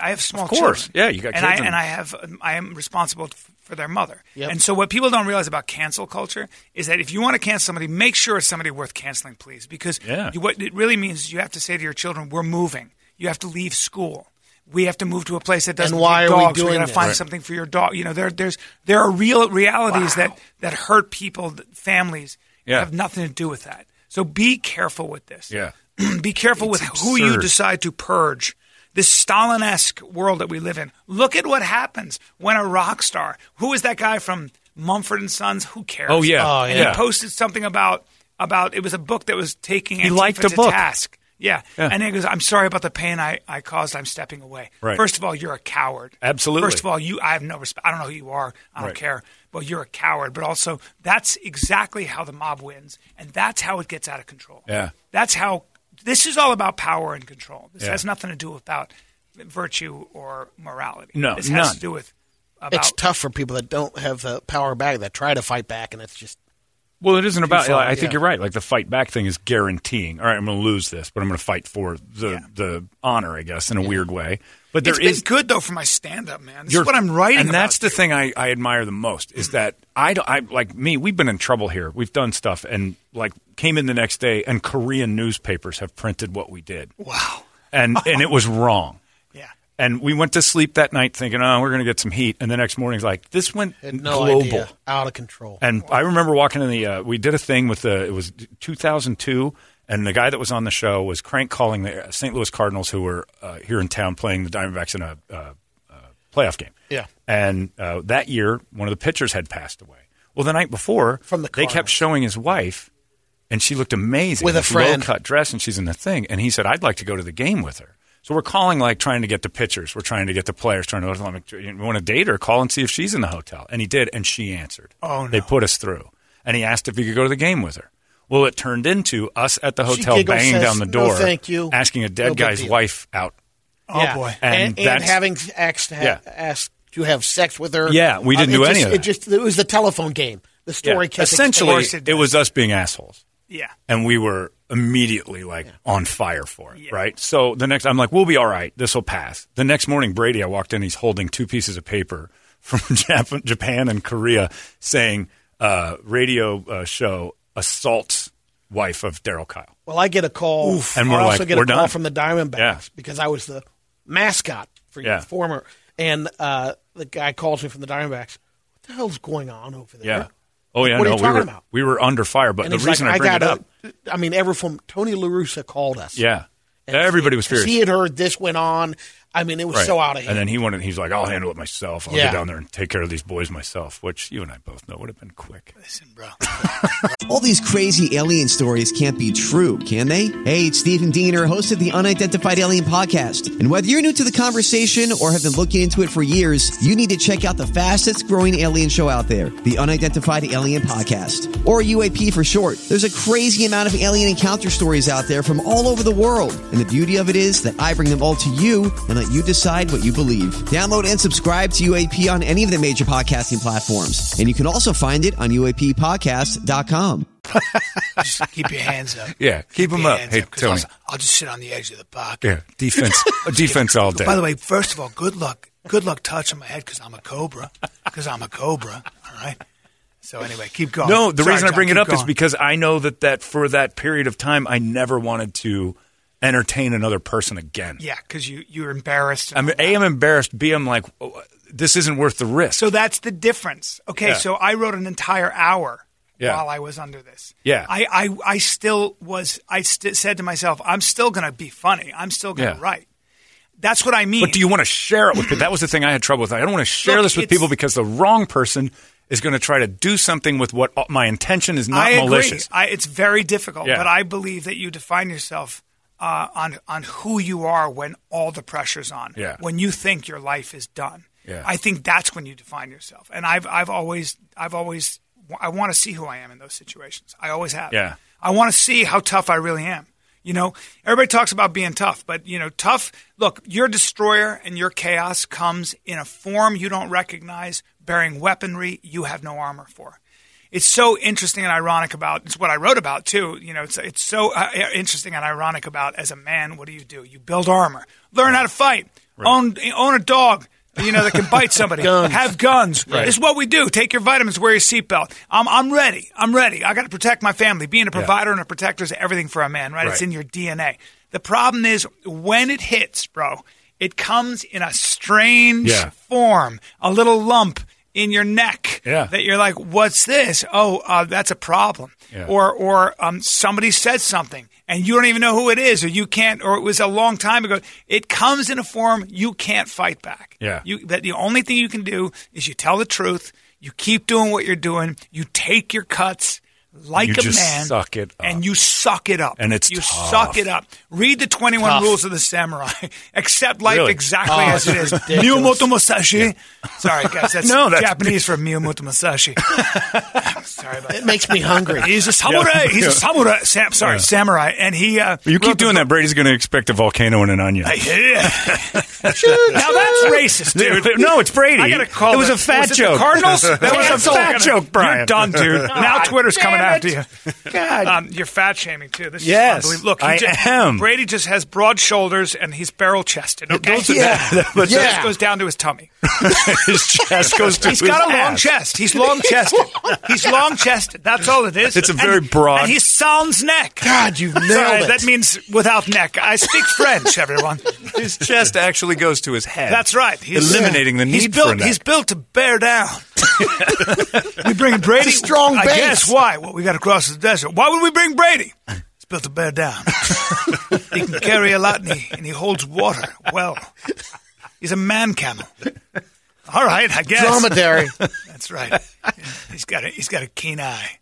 [SPEAKER 4] I have small
[SPEAKER 3] course.
[SPEAKER 4] children.
[SPEAKER 3] Yeah, you got
[SPEAKER 4] and
[SPEAKER 3] kids
[SPEAKER 4] I
[SPEAKER 3] and-
[SPEAKER 4] and I have um, I am responsible f- for their mother.
[SPEAKER 5] Yep.
[SPEAKER 4] And so what people don't realize about cancel culture is that if you want to cancel somebody, make sure it's somebody worth canceling, please, because
[SPEAKER 3] Yeah.
[SPEAKER 4] you, what it really means is you have to say to your children, "We're moving. You have to leave school." We have to move to a place that doesn't
[SPEAKER 5] And why
[SPEAKER 4] breed
[SPEAKER 5] are we
[SPEAKER 4] dogs.
[SPEAKER 5] doing
[SPEAKER 4] gotta
[SPEAKER 5] this?
[SPEAKER 4] find
[SPEAKER 5] Right.
[SPEAKER 4] something for your dog. You know, there there's there are real realities that that hurt people, that families
[SPEAKER 3] Yeah.
[SPEAKER 4] have nothing to do with that. So be careful with this.
[SPEAKER 3] Yeah.
[SPEAKER 4] be careful with who you
[SPEAKER 3] absurd.
[SPEAKER 4] decide to purge. This Stalin-esque world that we live in. Look at what happens when a rock star, who is that guy from Mumford and Sons? Who cares?
[SPEAKER 3] Oh, yeah. Oh,
[SPEAKER 4] And
[SPEAKER 3] yeah.
[SPEAKER 4] he posted something about about it was a book that was taking
[SPEAKER 3] He
[SPEAKER 4] Antifa
[SPEAKER 3] liked a
[SPEAKER 4] to
[SPEAKER 3] book.
[SPEAKER 4] task. Yeah.
[SPEAKER 3] Yeah.
[SPEAKER 4] And he goes, I'm sorry about the pain I, I caused. I'm stepping away.
[SPEAKER 3] Right.
[SPEAKER 4] First of all, you're a coward.
[SPEAKER 3] Absolutely.
[SPEAKER 4] First of all, you I have no respect. I don't know who you are. I don't
[SPEAKER 3] Right.
[SPEAKER 4] care. But you're a coward. But also, that's exactly how the mob wins, and that's how it gets out of control.
[SPEAKER 3] Yeah.
[SPEAKER 4] That's how this is all about power and control. This
[SPEAKER 3] Yeah.
[SPEAKER 4] has nothing to do about virtue or morality.
[SPEAKER 3] No,
[SPEAKER 4] this
[SPEAKER 3] none.
[SPEAKER 4] has to do with about
[SPEAKER 5] It's tough for people that don't have the power back that try to fight back, and it's just
[SPEAKER 3] Well, it isn't about.
[SPEAKER 5] far,
[SPEAKER 3] I think
[SPEAKER 5] yeah.
[SPEAKER 3] you're right. Like the fight back thing is guaranteeing. All right, I'm going to lose this, but I'm going to fight for the the honor, I guess, in a weird way. But there
[SPEAKER 4] It's
[SPEAKER 3] is
[SPEAKER 4] been good though for my stand-up, man. This
[SPEAKER 3] You're-
[SPEAKER 4] is what I'm writing.
[SPEAKER 3] and
[SPEAKER 4] about,
[SPEAKER 3] that's the
[SPEAKER 4] dude.
[SPEAKER 3] thing I, I admire the most is that I, don't- I like me. We've been in trouble here. We've done stuff, and like came in the next day, and Korean newspapers have printed what we did,
[SPEAKER 4] Wow.
[SPEAKER 3] and and it was wrong.
[SPEAKER 4] Yeah.
[SPEAKER 3] And we went to sleep that night thinking, oh, we're going to get some heat, and the next morning's like this went
[SPEAKER 5] had no
[SPEAKER 3] global.
[SPEAKER 5] idea, out of control.
[SPEAKER 3] And I remember walking in the. Uh, we did a thing with the. It was 2002, and the guy that was on the show was crank calling the St. Louis Cardinals, who were uh, here in town playing the Diamondbacks in a uh, uh, playoff game.
[SPEAKER 5] Yeah.
[SPEAKER 3] And uh, that year, one of the pitchers had passed away. Well, the night before,
[SPEAKER 5] From the
[SPEAKER 3] they
[SPEAKER 5] car.
[SPEAKER 3] kept showing his wife, and she looked amazing
[SPEAKER 5] With a friend.
[SPEAKER 3] low cut dress, and she's in the thing. And he said, "I'd like to go to the game with her." So we're calling, like, trying to get the pictures. We're trying to get the players. Trying to let me, want to date her? Call and see if she's in the hotel. And he did, and she answered.
[SPEAKER 4] Oh, no.
[SPEAKER 3] They put us through, and he asked if he could go to the game with her. Well, it turned into us at the
[SPEAKER 5] She
[SPEAKER 3] hotel
[SPEAKER 5] giggles,
[SPEAKER 3] banging
[SPEAKER 5] says,
[SPEAKER 3] down the
[SPEAKER 5] "No,
[SPEAKER 3] door,
[SPEAKER 5] thank you."
[SPEAKER 3] asking a dead
[SPEAKER 5] No big
[SPEAKER 3] guy's
[SPEAKER 5] deal.
[SPEAKER 3] wife out.
[SPEAKER 4] Oh
[SPEAKER 5] Yeah.
[SPEAKER 4] boy.
[SPEAKER 3] And
[SPEAKER 5] and,
[SPEAKER 3] that's-
[SPEAKER 5] having asked to ha-
[SPEAKER 3] Yeah.
[SPEAKER 5] asked to have sex with her. uh,
[SPEAKER 3] Yeah, we didn't
[SPEAKER 5] it
[SPEAKER 3] do
[SPEAKER 5] just,
[SPEAKER 3] any of
[SPEAKER 5] It
[SPEAKER 3] that.
[SPEAKER 5] just it was the telephone game. The story
[SPEAKER 3] Yeah.
[SPEAKER 5] kept
[SPEAKER 3] Essentially,
[SPEAKER 5] expanding.
[SPEAKER 3] it was us being assholes.
[SPEAKER 4] Yeah.
[SPEAKER 3] and we were immediately like on fire for it, right? So the next, I'm like, we'll be all right. This will pass. The next morning, Brady, I walked in. He's holding two pieces of paper from Jap- Japan and Korea saying, uh, radio uh, show assaults wife of Daryl Kyle.
[SPEAKER 5] Well, I get a call,
[SPEAKER 3] And we're
[SPEAKER 5] I also
[SPEAKER 3] like,
[SPEAKER 5] get
[SPEAKER 3] "We're
[SPEAKER 5] a call
[SPEAKER 3] done."
[SPEAKER 5] from the Diamondbacks
[SPEAKER 3] Yeah.
[SPEAKER 5] because I was the mascot for
[SPEAKER 3] Yeah.
[SPEAKER 5] former. And uh, the guy calls me from the Diamondbacks. What the hell's going on over there?
[SPEAKER 3] Yeah. Oh yeah,
[SPEAKER 5] What are
[SPEAKER 3] no,
[SPEAKER 5] you
[SPEAKER 3] we
[SPEAKER 5] talking
[SPEAKER 3] were
[SPEAKER 5] about?
[SPEAKER 3] we were under fire, but
[SPEAKER 5] And
[SPEAKER 3] the
[SPEAKER 5] he's like,
[SPEAKER 3] reason I bring
[SPEAKER 5] got
[SPEAKER 3] it up,
[SPEAKER 5] A, I mean, ever from Tony Larusa called us.
[SPEAKER 3] yeah,
[SPEAKER 5] And
[SPEAKER 3] everybody was
[SPEAKER 5] 'cause
[SPEAKER 3] furious.
[SPEAKER 5] He had heard this went on. I mean, it was
[SPEAKER 3] Right.
[SPEAKER 5] so out of hand.
[SPEAKER 3] And then he wanted. He's like, "I'll handle it myself. I'll
[SPEAKER 5] Yeah.
[SPEAKER 3] get down there and take care of these boys myself." Which you and I both know would have been quick.
[SPEAKER 4] Listen, bro.
[SPEAKER 6] All these crazy alien stories can't be true, can they? Hey, it's Stephen Diener, host of the Unidentified Alien Podcast. And whether you're new to the conversation or have been looking into it for years, you need to check out the fastest growing alien show out there, the Unidentified Alien Podcast, or UAP for short. There's a crazy amount of alien encounter stories out there from all over the world. And the beauty of it is that I bring them all to you and let you decide what you believe. Download and subscribe to UAP on any of the major podcasting platforms. And you can also find it on UAPpodcast.com.
[SPEAKER 4] just keep your hands up.
[SPEAKER 3] Yeah, keep 'em
[SPEAKER 4] your
[SPEAKER 3] up.
[SPEAKER 4] hands
[SPEAKER 3] Hey,
[SPEAKER 4] 'cause
[SPEAKER 3] Tony.
[SPEAKER 4] I'll, I'll just sit on the edge of the park.
[SPEAKER 3] Yeah, defense, defense all day.
[SPEAKER 4] By the way, first of all, good luck. Good luck touching my head because I'm a cobra. Because I'm a cobra. All right. So anyway, keep going.
[SPEAKER 3] No, the
[SPEAKER 4] Sorry,
[SPEAKER 3] reason I
[SPEAKER 4] John,
[SPEAKER 3] bring it
[SPEAKER 4] keep
[SPEAKER 3] up is
[SPEAKER 4] going.
[SPEAKER 3] because I know that that for that period of time, I never wanted to entertain another person again.
[SPEAKER 4] yeah, because you you're embarrassed.
[SPEAKER 3] I'm a I'm embarrassed. B I'm like, "Oh, this isn't worth the risk.
[SPEAKER 4] So that's the difference. Okay,
[SPEAKER 3] Yeah.
[SPEAKER 4] so I wrote an entire hour
[SPEAKER 3] Yeah.
[SPEAKER 4] while I was under this.
[SPEAKER 3] Yeah.
[SPEAKER 4] I I, I still was. I st- said to myself, I'm still going to be funny. I'm still going to
[SPEAKER 3] Yeah.
[SPEAKER 4] write. That's what I mean.
[SPEAKER 3] but do you want to share it with people? That was the thing I had trouble with. I don't want to share
[SPEAKER 4] Look,
[SPEAKER 3] this with
[SPEAKER 4] it's-
[SPEAKER 3] people because the wrong person is going to try to do something with what my intention is not
[SPEAKER 4] I
[SPEAKER 3] malicious.
[SPEAKER 4] Agree. I, it's very difficult,
[SPEAKER 3] Yeah.
[SPEAKER 4] but I believe that you define yourself uh, on on who you are when all the pressure's on.
[SPEAKER 3] Yeah.
[SPEAKER 4] When you think your life is done,
[SPEAKER 3] Yeah.
[SPEAKER 4] I think that's when you define yourself. And I've I've always I've always I want to see who I am in those situations. I always have.
[SPEAKER 3] Yeah.
[SPEAKER 4] I want to see how tough I really am. You know, everybody talks about being tough, but you know, tough. Look, your destroyer and your chaos comes in a form you don't recognize, bearing weaponry you have no armor for. It's so interesting and ironic about. It's what I wrote about too. You know, it's it's so uh, interesting and ironic about. As a man, what do you do? You build armor, learn how to fight, own own a dog. You know that can bite somebody. Have guns. This is what we do. Take your vitamins. Wear your seatbelt. I'm I'm ready. I'm ready. I got to protect my family. Being a provider and a protector is everything for a man, right? It's
[SPEAKER 3] Right.
[SPEAKER 4] in your DNA. The problem is when it hits, bro. It comes in a strange
[SPEAKER 3] Yeah.
[SPEAKER 4] form, a little lump in your neck
[SPEAKER 3] Yeah.
[SPEAKER 4] that you're like, "What's this? Oh, uh, that's a problem."
[SPEAKER 3] Yeah.
[SPEAKER 4] Or or um, somebody said something and you don't even know who it is, or you can't, or it was a long time ago. It comes in a form you can't fight back.
[SPEAKER 3] Yeah.
[SPEAKER 4] you that the only thing you can do is you tell the truth, you keep doing what you're doing, you take your cuts like
[SPEAKER 3] You
[SPEAKER 4] a
[SPEAKER 3] just
[SPEAKER 4] man,
[SPEAKER 3] suck it up.
[SPEAKER 4] and you suck it up,
[SPEAKER 3] And it's
[SPEAKER 4] you
[SPEAKER 3] tough.
[SPEAKER 4] suck it up. Read the 21
[SPEAKER 5] Tough.
[SPEAKER 4] rules of the samurai. Accept life
[SPEAKER 3] Really?
[SPEAKER 4] exactly
[SPEAKER 5] Oh,
[SPEAKER 4] as it is.
[SPEAKER 5] it's ridiculous.
[SPEAKER 4] Miyamoto Musashi. Sorry, guys, that's,
[SPEAKER 3] No, that's-
[SPEAKER 4] Japanese for Miyamoto Musashi. Sorry about
[SPEAKER 5] it
[SPEAKER 4] that.
[SPEAKER 5] makes me hungry.
[SPEAKER 4] He's a samurai. He's a samurai. Sam, sorry, samurai. And he. Uh,
[SPEAKER 3] you keep
[SPEAKER 4] wrote the
[SPEAKER 3] doing that, Brady's going to expect a volcano and an onion.
[SPEAKER 4] book- Yeah. now that's racist, dude.
[SPEAKER 3] no, it's Brady.
[SPEAKER 4] I gotta call
[SPEAKER 3] it was
[SPEAKER 4] the-
[SPEAKER 3] a fat
[SPEAKER 4] was it the
[SPEAKER 3] joke.
[SPEAKER 4] Cardinals?
[SPEAKER 3] That
[SPEAKER 4] That
[SPEAKER 3] was a fat joke, Brian.
[SPEAKER 4] You're done, dude. Now
[SPEAKER 3] God
[SPEAKER 4] Twitter's coming
[SPEAKER 3] damn
[SPEAKER 4] after
[SPEAKER 3] it.
[SPEAKER 4] you. God. Um, you're fat shaming too. This
[SPEAKER 3] Yes,
[SPEAKER 4] is unbelievable. Look, he
[SPEAKER 3] I
[SPEAKER 4] ju-
[SPEAKER 3] am.
[SPEAKER 4] Brady just has broad shoulders and he's barrel chested. Okay,
[SPEAKER 3] Those are- that- but
[SPEAKER 4] His
[SPEAKER 3] that-
[SPEAKER 4] chest goes down to his tummy.
[SPEAKER 3] his chest goes to
[SPEAKER 4] He's
[SPEAKER 3] his
[SPEAKER 4] got a long
[SPEAKER 3] ass.
[SPEAKER 4] chest. He's long chested. He's long chested. That's all it is.
[SPEAKER 3] It's a
[SPEAKER 4] And-
[SPEAKER 3] very broad-
[SPEAKER 4] And he sounds neck.
[SPEAKER 5] God, you've nailed
[SPEAKER 4] Sorry,
[SPEAKER 5] it.
[SPEAKER 4] That means without neck. I speak French, everyone.
[SPEAKER 3] His chest actually goes to his head.
[SPEAKER 4] That's right. He's-
[SPEAKER 3] eliminating the
[SPEAKER 4] he's
[SPEAKER 3] need
[SPEAKER 4] built,
[SPEAKER 3] for a neck.
[SPEAKER 4] He's built to bear down. we bring Brady.
[SPEAKER 5] It's a strong
[SPEAKER 4] I
[SPEAKER 5] base.
[SPEAKER 4] guess why? Well, we got to cross the desert. Why would we bring Brady? He's built to bear down. he can carry a lot, and he, and he holds water well. He's a man camel. All right, I guess.
[SPEAKER 5] Dromedary.
[SPEAKER 4] That's right. He's he's got a he's got a keen eye.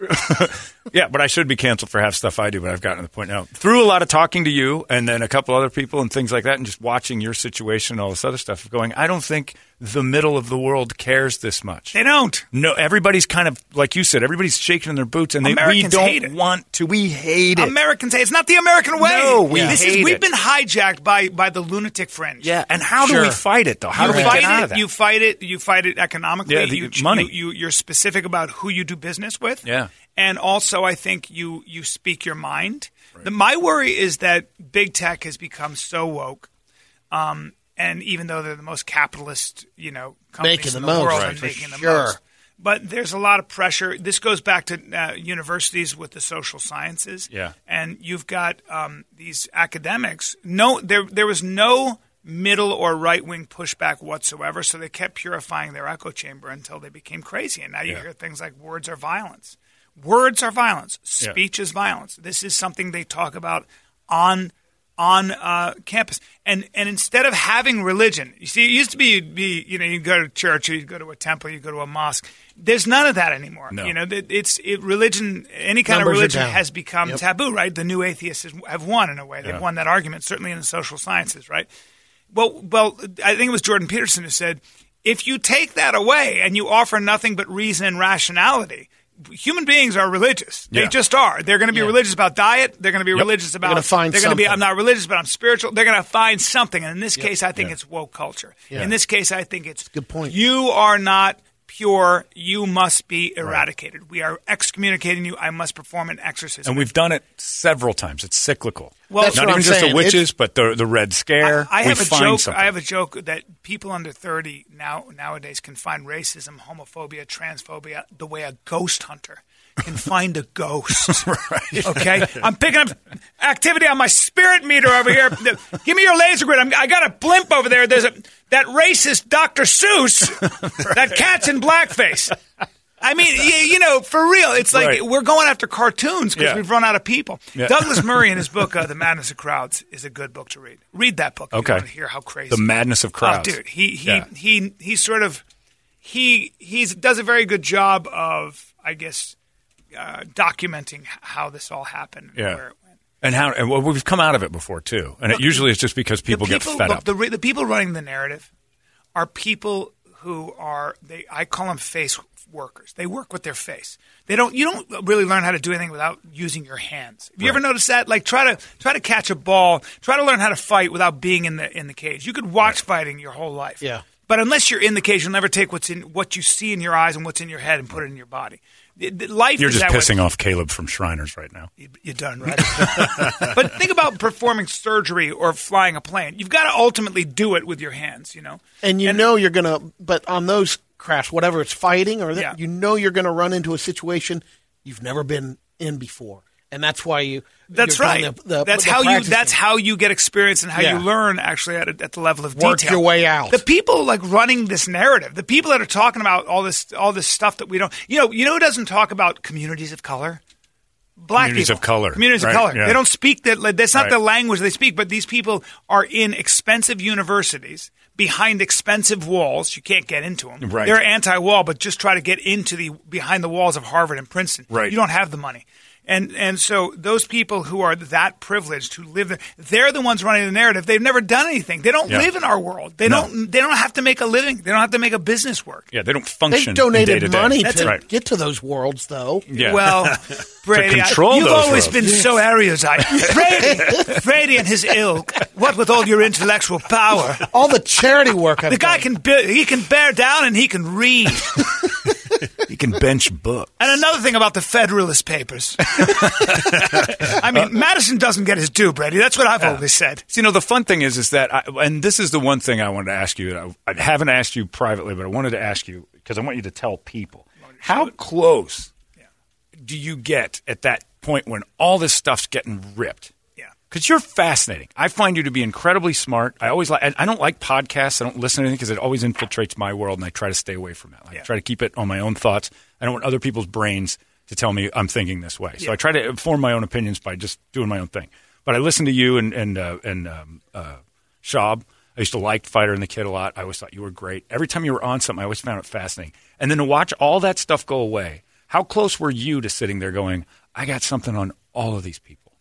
[SPEAKER 3] Yeah, but I should be canceled for half stuff I do, but I've gotten to the point now. Through a lot of talking to you and then a couple other people and things like that, and just watching your situation and all this other stuff, going, I don't think the middle of the world cares this much.
[SPEAKER 4] They don't.
[SPEAKER 3] No, everybody's kind of, like you said, everybody's shaking in their boots, and they, we
[SPEAKER 4] Americans hate
[SPEAKER 3] don't
[SPEAKER 4] it.
[SPEAKER 3] want to. We hate it.
[SPEAKER 4] Americans hate. It's not the American way.
[SPEAKER 3] No, we
[SPEAKER 4] this
[SPEAKER 3] hate
[SPEAKER 4] is,
[SPEAKER 3] it.
[SPEAKER 4] We've been hijacked by by the lunatic fringe.
[SPEAKER 3] yeah, and how do we
[SPEAKER 5] Sure.
[SPEAKER 3] fight it, though? How
[SPEAKER 4] you
[SPEAKER 3] do we
[SPEAKER 4] fight
[SPEAKER 3] get out
[SPEAKER 4] it,
[SPEAKER 3] of that?
[SPEAKER 4] You fight it. You fight it economically.
[SPEAKER 3] Yeah, the-
[SPEAKER 4] you,
[SPEAKER 3] money.
[SPEAKER 4] You, you, you're specific about who you do business with.
[SPEAKER 3] Yeah.
[SPEAKER 4] And also, I think you you speak your mind. The, my worry is that big tech has become so woke, um, and even though they're the most capitalist, you know, companies
[SPEAKER 5] Making
[SPEAKER 4] in
[SPEAKER 5] the
[SPEAKER 4] the,
[SPEAKER 5] most,
[SPEAKER 4] world,
[SPEAKER 5] right,
[SPEAKER 4] are
[SPEAKER 5] for
[SPEAKER 4] making the
[SPEAKER 5] sure.
[SPEAKER 4] most. But there's a lot of pressure. This goes back to uh, universities with the social sciences
[SPEAKER 3] Yeah.
[SPEAKER 4] and you've got um, these academics. No, there there was no middle or right wing pushback whatsoever. So they kept purifying their echo chamber until they became crazy. And now you
[SPEAKER 3] Yeah.
[SPEAKER 4] hear things like words are violence. Words are violence.
[SPEAKER 3] Yeah.
[SPEAKER 4] Speech is violence. This is something they talk about on on uh, campus. And and instead of having religion, you see, it used to be you'd be you know you'd go to church or you'd go to a temple, you'd go to a mosque. There's none of that anymore.
[SPEAKER 3] No.
[SPEAKER 4] You know, that- it's it, religion. Any kind
[SPEAKER 5] Numbers are
[SPEAKER 4] of religion
[SPEAKER 5] down.
[SPEAKER 4] has become taboo, right? The new atheists has- have won in a way. They've
[SPEAKER 3] Yeah.
[SPEAKER 4] won that argument, certainly in the social sciences, right? Well, well, I think it was Jordan Peterson who said, if you take that away and you offer nothing but reason and rationality, human beings are religious.
[SPEAKER 3] Yeah.
[SPEAKER 4] They just are. They're going to be religious about diet. They're going to be religious about.
[SPEAKER 5] gonna find
[SPEAKER 4] they're gonna be.
[SPEAKER 5] something.
[SPEAKER 4] I'm not religious, but I'm spiritual. They're going to find something. And in this case, I think it's woke culture. In this case, I think it's
[SPEAKER 5] good point.
[SPEAKER 4] You are not pure. You must be eradicated. We are excommunicating you. I must perform an exorcism.
[SPEAKER 3] and we've done it several times. It's cyclical. not
[SPEAKER 4] Well, That's
[SPEAKER 3] even
[SPEAKER 5] what I'm
[SPEAKER 3] just the
[SPEAKER 5] saying.
[SPEAKER 3] witches,
[SPEAKER 5] It's-
[SPEAKER 3] but the the Red Scare.
[SPEAKER 4] I, I
[SPEAKER 3] We
[SPEAKER 4] have a
[SPEAKER 3] find
[SPEAKER 4] joke.
[SPEAKER 3] something.
[SPEAKER 4] I have a joke that people under thirty now nowadays can find racism, homophobia, transphobia the way a ghost hunter can find a ghost. right. Okay, I'm picking up activity on my spirit meter over here. The- Give me your laser grid. I'm, I got a blimp over there. There's a that racist Dr. Seuss. That cat's in blackface. I mean, you, you know, for real, it's like
[SPEAKER 3] Right.
[SPEAKER 4] we're going after cartoons because
[SPEAKER 3] Yeah.
[SPEAKER 4] we've run out of people.
[SPEAKER 3] Yeah.
[SPEAKER 4] Douglas Murray in his book uh, "The Madness of Crowds" is a good book to read. Read that book. if
[SPEAKER 3] Okay.
[SPEAKER 4] You want to hear how crazy
[SPEAKER 3] The Madness of
[SPEAKER 4] Oh,
[SPEAKER 3] Crowds.
[SPEAKER 4] dude, he he,
[SPEAKER 3] Yeah.
[SPEAKER 4] he he sort of he he's does a very good job of I guess uh, documenting h- how this all happened. and
[SPEAKER 3] Yeah.
[SPEAKER 4] Where it went.
[SPEAKER 3] And how and well, we've come out of it before too, and it usually is just because
[SPEAKER 4] The
[SPEAKER 3] people, get fed
[SPEAKER 4] look,
[SPEAKER 3] up.
[SPEAKER 4] The, re- the people running the narrative are people who are they. I call them face workers. They work with their face. They don't. You don't really learn how to do anything without using your hands. Have you ever noticed that? Like try to try to catch a ball. Try to learn how to fight without being in the in the cage. You could watch fighting your whole life.
[SPEAKER 5] Yeah.
[SPEAKER 4] But unless you're in the cage, you'll never take what's in what you see in your eyes and what's in your head and put it in your body. The- the- Life
[SPEAKER 3] You're
[SPEAKER 4] is
[SPEAKER 3] just
[SPEAKER 4] that way.
[SPEAKER 3] pissing off Caleb from Shriners right now.
[SPEAKER 4] You- You're done, right? but think about performing surgery or flying a plane. You've got to ultimately do it with your hands, you know?
[SPEAKER 5] and you know you're gonna. But on those crafts, whatever it's fighting or that,
[SPEAKER 4] Yeah.
[SPEAKER 5] you know you're gonna run into a situation you've never been in before, and that's why you.
[SPEAKER 4] That's
[SPEAKER 5] you're doing
[SPEAKER 4] right.
[SPEAKER 5] the- the-
[SPEAKER 4] that's
[SPEAKER 5] the
[SPEAKER 4] how you.
[SPEAKER 5] practicing.
[SPEAKER 4] That's how you get experience and how
[SPEAKER 5] Yeah.
[SPEAKER 4] you learn actually at, a, at the level of
[SPEAKER 5] Work
[SPEAKER 4] detail.
[SPEAKER 5] your way out.
[SPEAKER 4] The people like running this narrative. The people that are talking about all this all this stuff that we don't. You know. You know who doesn't talk about communities of color? Black
[SPEAKER 3] Communities
[SPEAKER 4] people.
[SPEAKER 3] of color,
[SPEAKER 4] Communities
[SPEAKER 3] right,
[SPEAKER 4] of color.
[SPEAKER 3] yeah.
[SPEAKER 4] They don't speak that. Like, that's not
[SPEAKER 3] Right.
[SPEAKER 4] the language they speak. But these people are in expensive universities behind expensive walls. You can't get into them.
[SPEAKER 3] Right.
[SPEAKER 4] They're anti-wall, but just try to get into the behind the walls of Harvard and Princeton.
[SPEAKER 3] Right.
[SPEAKER 4] You don't have the money. And and so those people who are that privileged who live there, they're the ones running the narrative. They've never done anything. They don't
[SPEAKER 3] Yeah.
[SPEAKER 4] live in our world. They
[SPEAKER 3] No.
[SPEAKER 4] don't they don't have to make a living. They don't have to make a business work.
[SPEAKER 3] Yeah, they don't
[SPEAKER 5] They
[SPEAKER 3] function.
[SPEAKER 5] donated
[SPEAKER 3] day to day.
[SPEAKER 5] money
[SPEAKER 3] That's
[SPEAKER 5] to
[SPEAKER 3] right.
[SPEAKER 5] get to those worlds, though.
[SPEAKER 3] Yeah.
[SPEAKER 4] Well, Brady, I-
[SPEAKER 3] control
[SPEAKER 4] you've
[SPEAKER 3] those
[SPEAKER 4] always
[SPEAKER 3] roads.
[SPEAKER 4] been so erudite. Brady, Brady and his ilk. What with all your intellectual power,
[SPEAKER 5] All the charity work. I've
[SPEAKER 4] the guy can
[SPEAKER 5] done.
[SPEAKER 4] be- he can bear down and he can read.
[SPEAKER 3] you can bench book.
[SPEAKER 4] And another thing about the Federalist Papers. I
[SPEAKER 3] Uh,
[SPEAKER 4] mean, Madison doesn't get his due, Brady. That's what I've always said.
[SPEAKER 3] So, you know, the fun thing is, is that, I, and this is the one thing I wanted to ask you that I, I haven't asked you privately, but I wanted to ask you because I want you to tell people how close do you get at that point when all this stuff's getting ripped?
[SPEAKER 4] Yeah.
[SPEAKER 3] Because you're fascinating. I find you to be incredibly smart. I always like. I don't like podcasts. I don't listen to anything because it always infiltrates my world, and I try to stay away from that. Like, I
[SPEAKER 4] Yeah.
[SPEAKER 3] try to keep it on my own thoughts. I don't want other people's brains to tell me I'm thinking this way. So I try to form my own opinions by just doing my own thing. But I listen to you and and uh, and um, uh, Shab. I used to like Fighter and the Kid a lot. I always thought you were great. Every time you were on something, I always found it fascinating. And then to watch all that stuff go away How close were you to sitting there going, I got something on all of these people?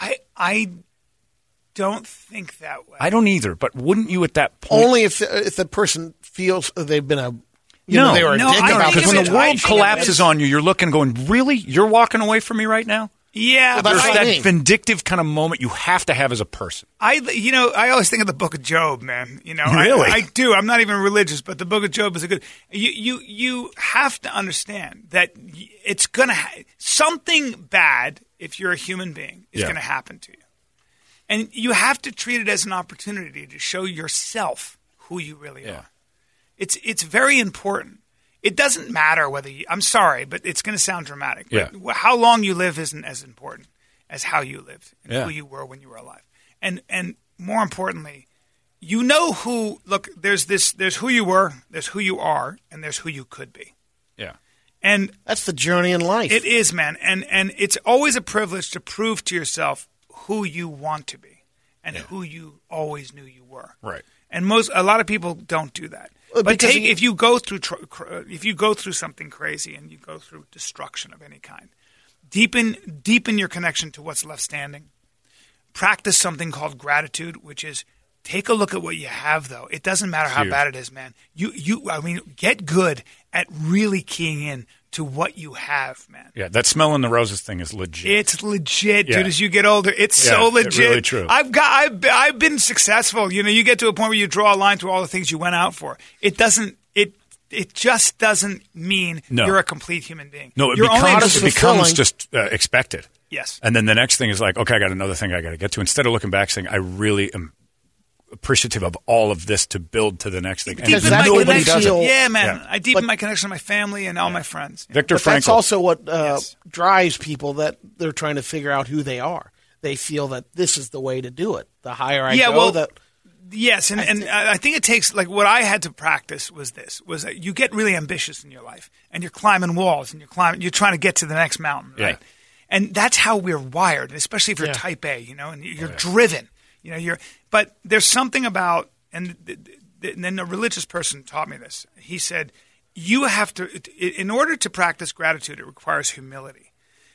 [SPEAKER 4] I I don't think that way.
[SPEAKER 3] I don't either, but wouldn't you at that point?
[SPEAKER 5] Only if if the person feels that they've been a you
[SPEAKER 3] no,
[SPEAKER 5] know, they were a
[SPEAKER 4] no,
[SPEAKER 5] dick
[SPEAKER 4] I don't
[SPEAKER 5] about
[SPEAKER 4] think
[SPEAKER 3] because
[SPEAKER 5] the
[SPEAKER 3] when
[SPEAKER 4] it's-
[SPEAKER 3] the
[SPEAKER 4] I
[SPEAKER 3] world
[SPEAKER 4] think it
[SPEAKER 3] collapses
[SPEAKER 4] is-
[SPEAKER 3] on you, you're looking, going, really? You're walking away from me right now?
[SPEAKER 4] yeah,
[SPEAKER 5] Well,
[SPEAKER 4] but
[SPEAKER 5] that's
[SPEAKER 3] There's
[SPEAKER 4] I-
[SPEAKER 5] what
[SPEAKER 3] that
[SPEAKER 5] I mean.
[SPEAKER 3] vindictive kind of moment you have to have as a person.
[SPEAKER 4] I, you know, I always think of the Book of Job, man. You know, I-
[SPEAKER 3] Really?
[SPEAKER 4] I, do. I'm not even religious, but the Book of Job is a good. You, you, you have to understand that y- it's gonna ha- something bad if you're a human being is
[SPEAKER 3] Yeah.
[SPEAKER 4] gonna happen to you, and you have to treat it as an opportunity to show yourself who you really
[SPEAKER 3] Yeah.
[SPEAKER 4] are. It's it's very important. It doesn't matter whether you, I'm sorry, but it's going to sound dramatic. but
[SPEAKER 3] Yeah.
[SPEAKER 4] How long you live isn't as important as how you lived and
[SPEAKER 3] Yeah.
[SPEAKER 4] who you were when you were alive. And and more importantly, you know who. Look, there's this. There's who you were. There's who you are, and there's who you could be.
[SPEAKER 3] Yeah.
[SPEAKER 4] And
[SPEAKER 5] That's the journey in life.
[SPEAKER 4] it is, man. And and it's always a privilege to prove to yourself who you want to be and who you always knew you were.
[SPEAKER 3] Right.
[SPEAKER 4] And most a lot of people don't do that.
[SPEAKER 5] Well,
[SPEAKER 4] but
[SPEAKER 5] because
[SPEAKER 4] take,
[SPEAKER 5] you-
[SPEAKER 4] if you go through tr- cr- if you go through something crazy and you go through destruction of any kind, deepen deepen your connection to what's left standing. Practice something called gratitude, which is take a look at what you have. Though it doesn't matter how
[SPEAKER 3] Huge.
[SPEAKER 4] bad it is, man. You you I mean, get good at really keying in to what you have, man.
[SPEAKER 3] Yeah. That smelling the roses thing is legit.
[SPEAKER 4] It's legit,
[SPEAKER 3] Yeah.
[SPEAKER 4] dude. As you get older, it's
[SPEAKER 3] Yeah,
[SPEAKER 4] so
[SPEAKER 3] it
[SPEAKER 4] legit.
[SPEAKER 3] really true.
[SPEAKER 4] I've got, I've, be- I've been successful. You know, you get to a point where you draw a line through all the things you went out for. It doesn't. It it just doesn't mean
[SPEAKER 3] No.
[SPEAKER 4] you're a complete human being.
[SPEAKER 3] no, it
[SPEAKER 4] you're
[SPEAKER 3] becomes,
[SPEAKER 5] just
[SPEAKER 3] it becomes
[SPEAKER 5] fulfilling-
[SPEAKER 3] just uh, expected.
[SPEAKER 4] yes.
[SPEAKER 3] And then the next thing is like, okay, I got another thing I got to get to. Instead of looking back saying, I really am appreciative of all of this to build to the next thing.
[SPEAKER 5] Because
[SPEAKER 3] And
[SPEAKER 5] that's
[SPEAKER 3] nobody
[SPEAKER 5] what makes
[SPEAKER 3] does
[SPEAKER 5] you-
[SPEAKER 3] it.
[SPEAKER 4] Yeah, man.
[SPEAKER 3] Yeah.
[SPEAKER 4] I deepen
[SPEAKER 5] But-
[SPEAKER 4] my connection to my family and all my friends.
[SPEAKER 3] Victor
[SPEAKER 5] but that's
[SPEAKER 3] Frankl.
[SPEAKER 5] also what uh,
[SPEAKER 4] Yes.
[SPEAKER 5] drives people that they're trying to figure out who they are. They feel that this is the way to do it. The higher I
[SPEAKER 4] Yeah,
[SPEAKER 5] go,
[SPEAKER 4] well,
[SPEAKER 5] the,
[SPEAKER 4] Yes, and, and I I think it takes like what I had to practice was this was that you get really ambitious in your life and you're climbing walls and you're climbing you're trying to get to the next mountain, right?
[SPEAKER 3] Yeah.
[SPEAKER 4] And that's how we're wired, especially if you're
[SPEAKER 5] Yeah.
[SPEAKER 4] type A, you know, and
[SPEAKER 3] Oh,
[SPEAKER 4] you're driven. You know, you're but there's something about and, th- th- th- and then the religious person taught me this. He said you have to i- in order to practice gratitude it requires humility.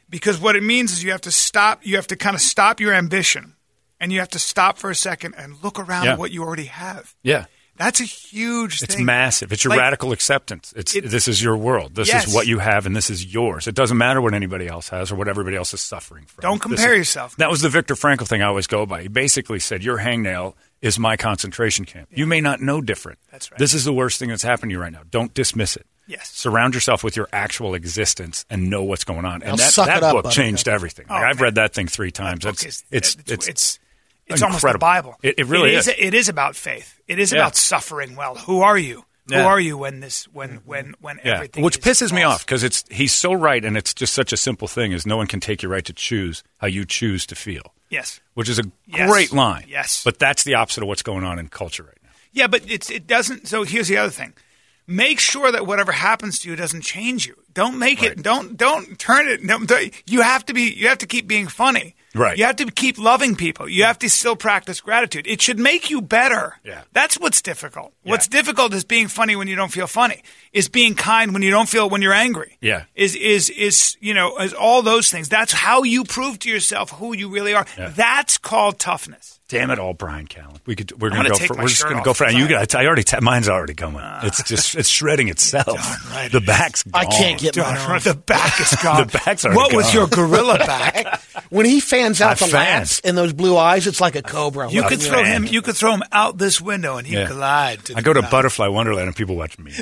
[SPEAKER 4] Because what it means is you have to stop, you have to kind of stop your ambition and you have to stop for a second and look around
[SPEAKER 3] Yeah.
[SPEAKER 4] at what you already have.
[SPEAKER 3] Yeah.
[SPEAKER 4] That's a huge
[SPEAKER 3] It's
[SPEAKER 4] thing.
[SPEAKER 3] massive. It's your
[SPEAKER 4] Like,
[SPEAKER 3] radical acceptance. It's
[SPEAKER 4] It-
[SPEAKER 3] this is your world. This
[SPEAKER 4] Yes.
[SPEAKER 3] is what you have, and this is yours. It doesn't matter what anybody else has or what everybody else is suffering from.
[SPEAKER 4] Don't
[SPEAKER 3] This
[SPEAKER 4] compare
[SPEAKER 3] is-
[SPEAKER 4] yourself.
[SPEAKER 3] That was the Viktor Frankl thing I always go by. He basically said, "Your hangnail is my concentration camp. You may not know different.
[SPEAKER 4] That's right.
[SPEAKER 3] This is the worst thing that's happened to you right now. Don't dismiss it.
[SPEAKER 4] Yes.
[SPEAKER 3] Surround yourself with your actual existence and know what's going on.
[SPEAKER 5] Now
[SPEAKER 3] and that,
[SPEAKER 5] suck
[SPEAKER 3] that
[SPEAKER 5] it up,
[SPEAKER 3] book
[SPEAKER 5] Buttercup.
[SPEAKER 3] changed everything. Like,
[SPEAKER 4] Oh,
[SPEAKER 3] I've
[SPEAKER 4] man.
[SPEAKER 3] read that thing three times.
[SPEAKER 4] That book
[SPEAKER 3] It's,
[SPEAKER 4] is-
[SPEAKER 3] it's,
[SPEAKER 4] that-
[SPEAKER 3] it's,
[SPEAKER 4] it's, it's
[SPEAKER 3] incredible.
[SPEAKER 4] almost the Bible.
[SPEAKER 3] It, it really is.
[SPEAKER 4] It is about faith. It is
[SPEAKER 3] Yeah.
[SPEAKER 4] about suffering well. Who are you?
[SPEAKER 3] Yeah.
[SPEAKER 4] Who are you when this when when when everything
[SPEAKER 3] which
[SPEAKER 4] is
[SPEAKER 3] pisses me
[SPEAKER 4] lost?
[SPEAKER 3] off because it's he's so right, and it's just such a simple thing is no one can take your right to choose how you choose to feel,
[SPEAKER 4] Yes.
[SPEAKER 3] which is a
[SPEAKER 4] Yes.
[SPEAKER 3] great line.
[SPEAKER 4] Yes.
[SPEAKER 3] but that's the opposite of what's going on in culture right now.
[SPEAKER 4] Yeah, but it's it doesn't. So here's the other thing: make sure that whatever happens to you doesn't change you. Don't make
[SPEAKER 3] Right.
[SPEAKER 4] it. Don't don't turn it. No, don't- you have to be. You have to keep being funny.
[SPEAKER 3] Right.
[SPEAKER 4] You have to keep loving people. You have to still practice gratitude. It should make you better.
[SPEAKER 3] Yeah.
[SPEAKER 4] That's what's difficult.
[SPEAKER 3] Yeah.
[SPEAKER 4] What's difficult is being funny when you don't feel funny. Is being kind when you don't feel when you're angry.
[SPEAKER 3] Yeah.
[SPEAKER 4] Is is is you know is all those things. That's how you prove to yourself who you really are.
[SPEAKER 3] Yeah.
[SPEAKER 4] That's called toughness.
[SPEAKER 3] Damn it all, Brian Callen. We could we're
[SPEAKER 4] I'm
[SPEAKER 3] gonna go
[SPEAKER 4] gonna take
[SPEAKER 3] for
[SPEAKER 4] my
[SPEAKER 3] we're just
[SPEAKER 4] shirt
[SPEAKER 3] gonna
[SPEAKER 4] off
[SPEAKER 3] go for
[SPEAKER 4] because
[SPEAKER 3] you
[SPEAKER 4] I-
[SPEAKER 3] got I already ta- mine's already going.
[SPEAKER 4] Ah.
[SPEAKER 3] it's just it's shredding itself. The back's gone.
[SPEAKER 5] I can't get
[SPEAKER 4] Dude,
[SPEAKER 5] my own.
[SPEAKER 4] the back is gone.
[SPEAKER 3] The back's already
[SPEAKER 4] What was
[SPEAKER 3] gone.
[SPEAKER 4] your gorilla back?
[SPEAKER 5] when he fans out
[SPEAKER 3] I
[SPEAKER 5] the
[SPEAKER 3] fan.
[SPEAKER 5] lats and those blue eyes, it's like a cobra.
[SPEAKER 4] You
[SPEAKER 5] Like,
[SPEAKER 4] could
[SPEAKER 3] Yeah.
[SPEAKER 4] throw him. You could throw him out this window, and he'd
[SPEAKER 3] Yeah.
[SPEAKER 4] glide. To
[SPEAKER 3] I go to
[SPEAKER 4] the ground.
[SPEAKER 3] Butterfly Wonderland and people watch me.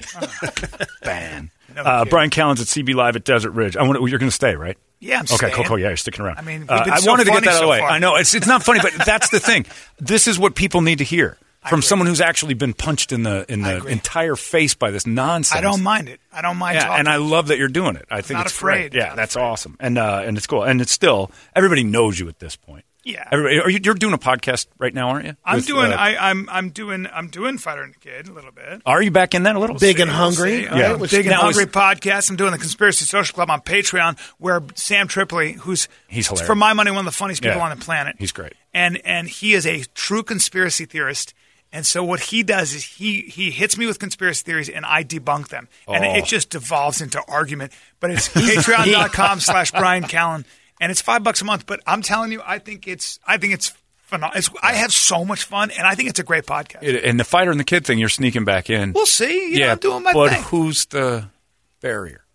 [SPEAKER 3] Ban. Uh, Brian Callen's at CB Live at Desert Ridge. I want to, you're going to stay, right?
[SPEAKER 4] Yeah, I'm
[SPEAKER 3] okay, cool,
[SPEAKER 4] staying.
[SPEAKER 3] cool. Yeah, you're sticking around.
[SPEAKER 4] I mean, we've
[SPEAKER 3] Uh,
[SPEAKER 4] been
[SPEAKER 3] I
[SPEAKER 4] so
[SPEAKER 3] wanted to get
[SPEAKER 4] funny
[SPEAKER 3] that out of
[SPEAKER 4] so
[SPEAKER 3] the way.
[SPEAKER 4] far.
[SPEAKER 3] I know it's it's not funny, but that's the thing. This is what people need to hear from
[SPEAKER 4] agree.
[SPEAKER 3] someone who's actually been punched in the in
[SPEAKER 4] I
[SPEAKER 3] the
[SPEAKER 4] agree.
[SPEAKER 3] entire face by this nonsense.
[SPEAKER 4] I don't mind it. I don't mind.
[SPEAKER 3] Yeah,
[SPEAKER 4] talking.
[SPEAKER 3] and I love that you're doing it. I think
[SPEAKER 4] not
[SPEAKER 3] it's great.
[SPEAKER 4] afraid.
[SPEAKER 3] Yeah,
[SPEAKER 4] Not
[SPEAKER 3] that's
[SPEAKER 4] afraid.
[SPEAKER 3] awesome, and uh, and it's cool, and it's still everybody knows you at this point.
[SPEAKER 4] Yeah.
[SPEAKER 3] everybody. Are you, you're doing a podcast right now, aren't you?
[SPEAKER 4] I'm
[SPEAKER 3] With,
[SPEAKER 4] doing.
[SPEAKER 3] uh,
[SPEAKER 4] I, I'm. I'm doing. I'm doing fighter and kid a little bit.
[SPEAKER 3] are you back in that a little?
[SPEAKER 5] big and hungry.
[SPEAKER 4] Yeah.
[SPEAKER 5] all
[SPEAKER 3] Yeah.
[SPEAKER 5] right, which-
[SPEAKER 4] uh, Big and
[SPEAKER 3] now is-
[SPEAKER 4] Hungry podcast. I'm doing the Conspiracy Social Club on Patreon, where Sam Tripoli, who's
[SPEAKER 3] He's hilarious.
[SPEAKER 4] for my money one of the funniest people
[SPEAKER 3] Yeah.
[SPEAKER 4] on the planet.
[SPEAKER 3] He's great.
[SPEAKER 4] and and he is a true conspiracy theorist. And so what he does is he he hits me with conspiracy theories and I debunk them. And
[SPEAKER 3] Oh.
[SPEAKER 4] it just devolves into argument. But it's patreon.com slash Brian Callen. And it's five bucks a month. But I'm telling you, I think it's I think it's phenomenal. It's, I have so much fun and I think it's a great podcast.
[SPEAKER 3] It- and the fighter and the kid thing, you're sneaking back in.
[SPEAKER 4] We'll see. You know,
[SPEAKER 3] yeah,
[SPEAKER 4] I'm doing my
[SPEAKER 3] but
[SPEAKER 4] thing.
[SPEAKER 3] who's the barrier?